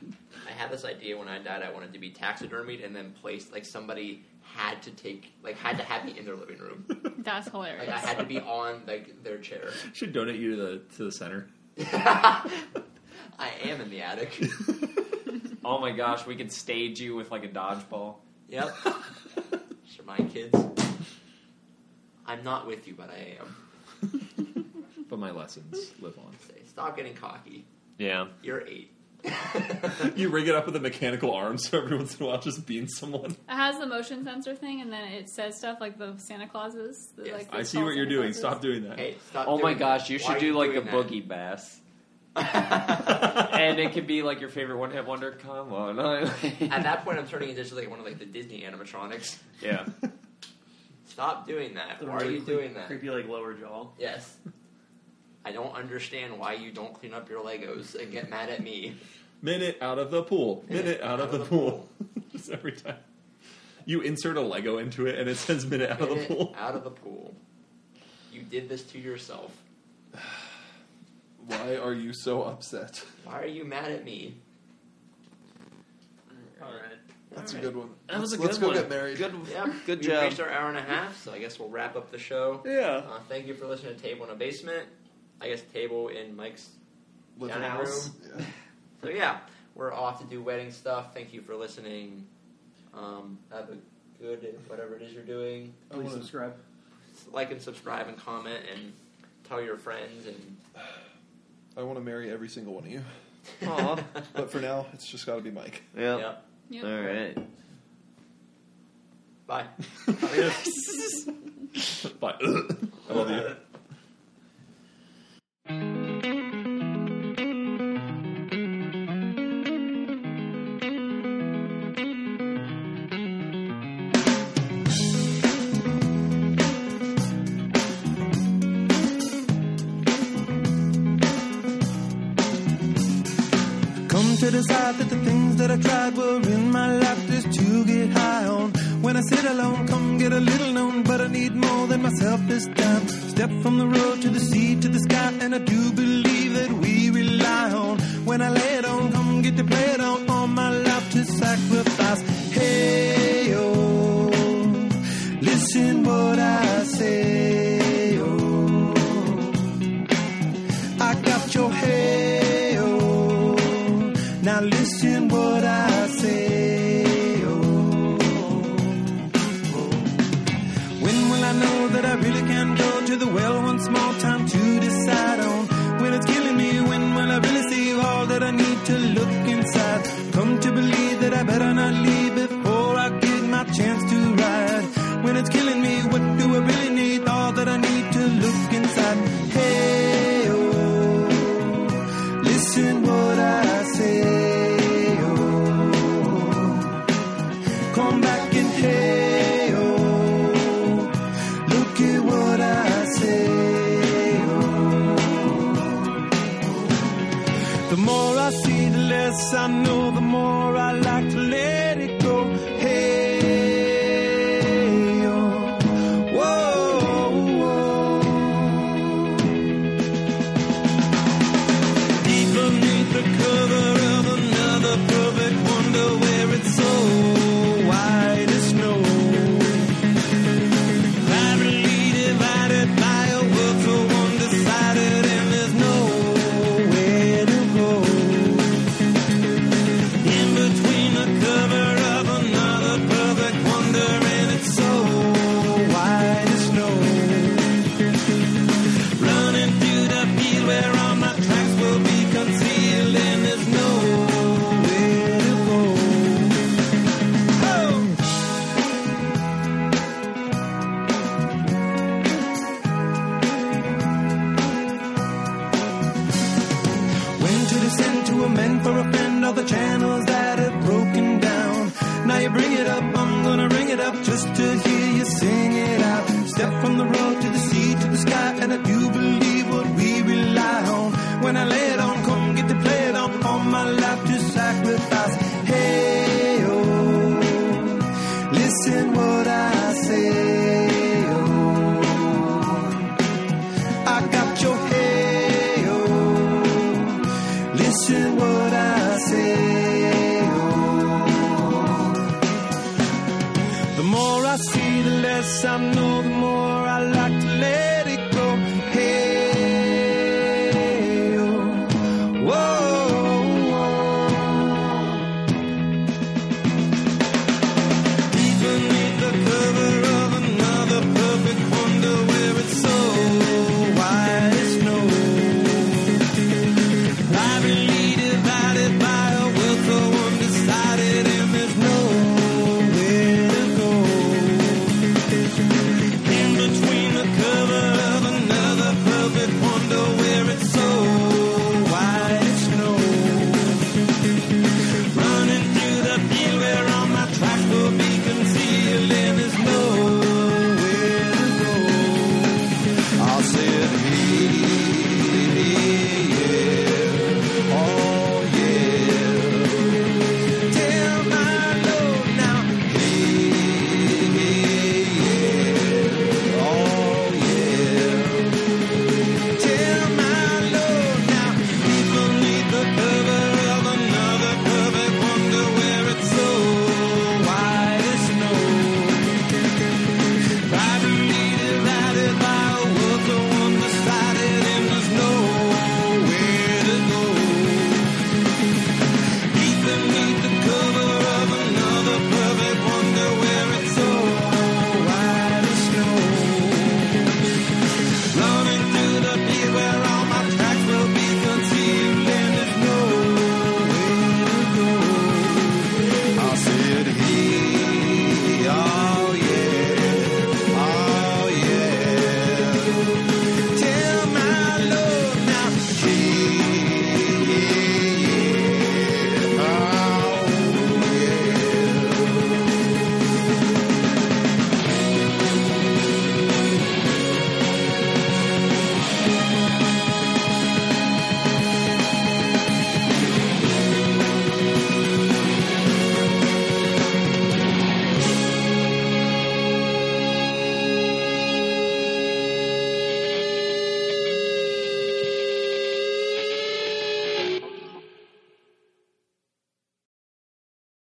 I had this idea when I died. I wanted to be taxidermied and then placed like somebody had to take like had to have me in their living room.
That's
Like I
hilarious.
had to be on like their chair.
Should donate you to the to the center.
I am in the attic.
Oh my gosh, we could stage you with like a dodgeball.
Yep. Should my kids. I'm not with you, but I am.
But my lessons live on.
Say, Stop getting cocky.
Yeah.
You're eight.
You rig it up with a mechanical arm so every once in a while just being someone.
It has the motion sensor thing, and then it says stuff like the Santa Clauses. the,
Yes.
like, the
I see
tall
what you're
Santa
doing.
Clauses.
Stop doing that.
hey, stop.
Oh my
doing
gosh,
that.
you
Why
should
are
do like a
doing
boogie bass.
that?
and it could be like your favorite one hit wonder. Come on.
At that point, I'm turning into just like one of like the Disney animatronics.
yeah.
Stop doing that.
The
Why are
really
you
creep-
doing that?
Creepy like lower jaw.
Yes. I don't understand why you don't clean up your Legos and get mad at me.
Minute out of the pool. Minute out of the pool. Just every time. You insert a Lego into it and it says minute out of the
Get it
pool.
Out of the pool. You did this to yourself.
Why are you so upset?
Why are you mad at me?
All right.
That's
All
a good one.
That was a
Let's
good
go
one.
get married.
Yep.
Good
We've
job.
reached our hour and a half, so I guess we'll wrap up the show.
Yeah.
Uh, thank you for listening to Table in a Basement. I guess Table in Mike's
Living
down
house.
room. So yeah, we're off to do wedding stuff. Thank you for listening. Um, have a good whatever it is you're doing.
I
Please
wanna-
subscribe.
Like and subscribe and comment and tell your friends and.
I want to marry every single one of you.
Aw.
But for now, it's just got to be Mike.
Yeah.
yep.
Yep.
All right.
Bye.
Bye. I love you.
Come to decide that the things that I tried were in my life just to get high on. When I sit alone, come get a little known, but I need more than myself this time. Step from the road to the sea to the sky, and I do believe that we rely on. When I lay it on, come get to play it on, all my life to sacrifice. Hey, oh, listen what I say, oh. I got your hail. Now listen what I say. Oh. know that I really can go to the well one small time to decide on when it's killing me. When will I really see all that I need to look inside? Come to believe that I better not leave before I get my chance to ride. When it's killing me, what do I really need? All that I need to look inside. Hey, oh, listen what I say. Oh, come back and hey oh look at what I say oh the more I see the less I know the more I like to live oh. oh. oh. oh. oh Oh,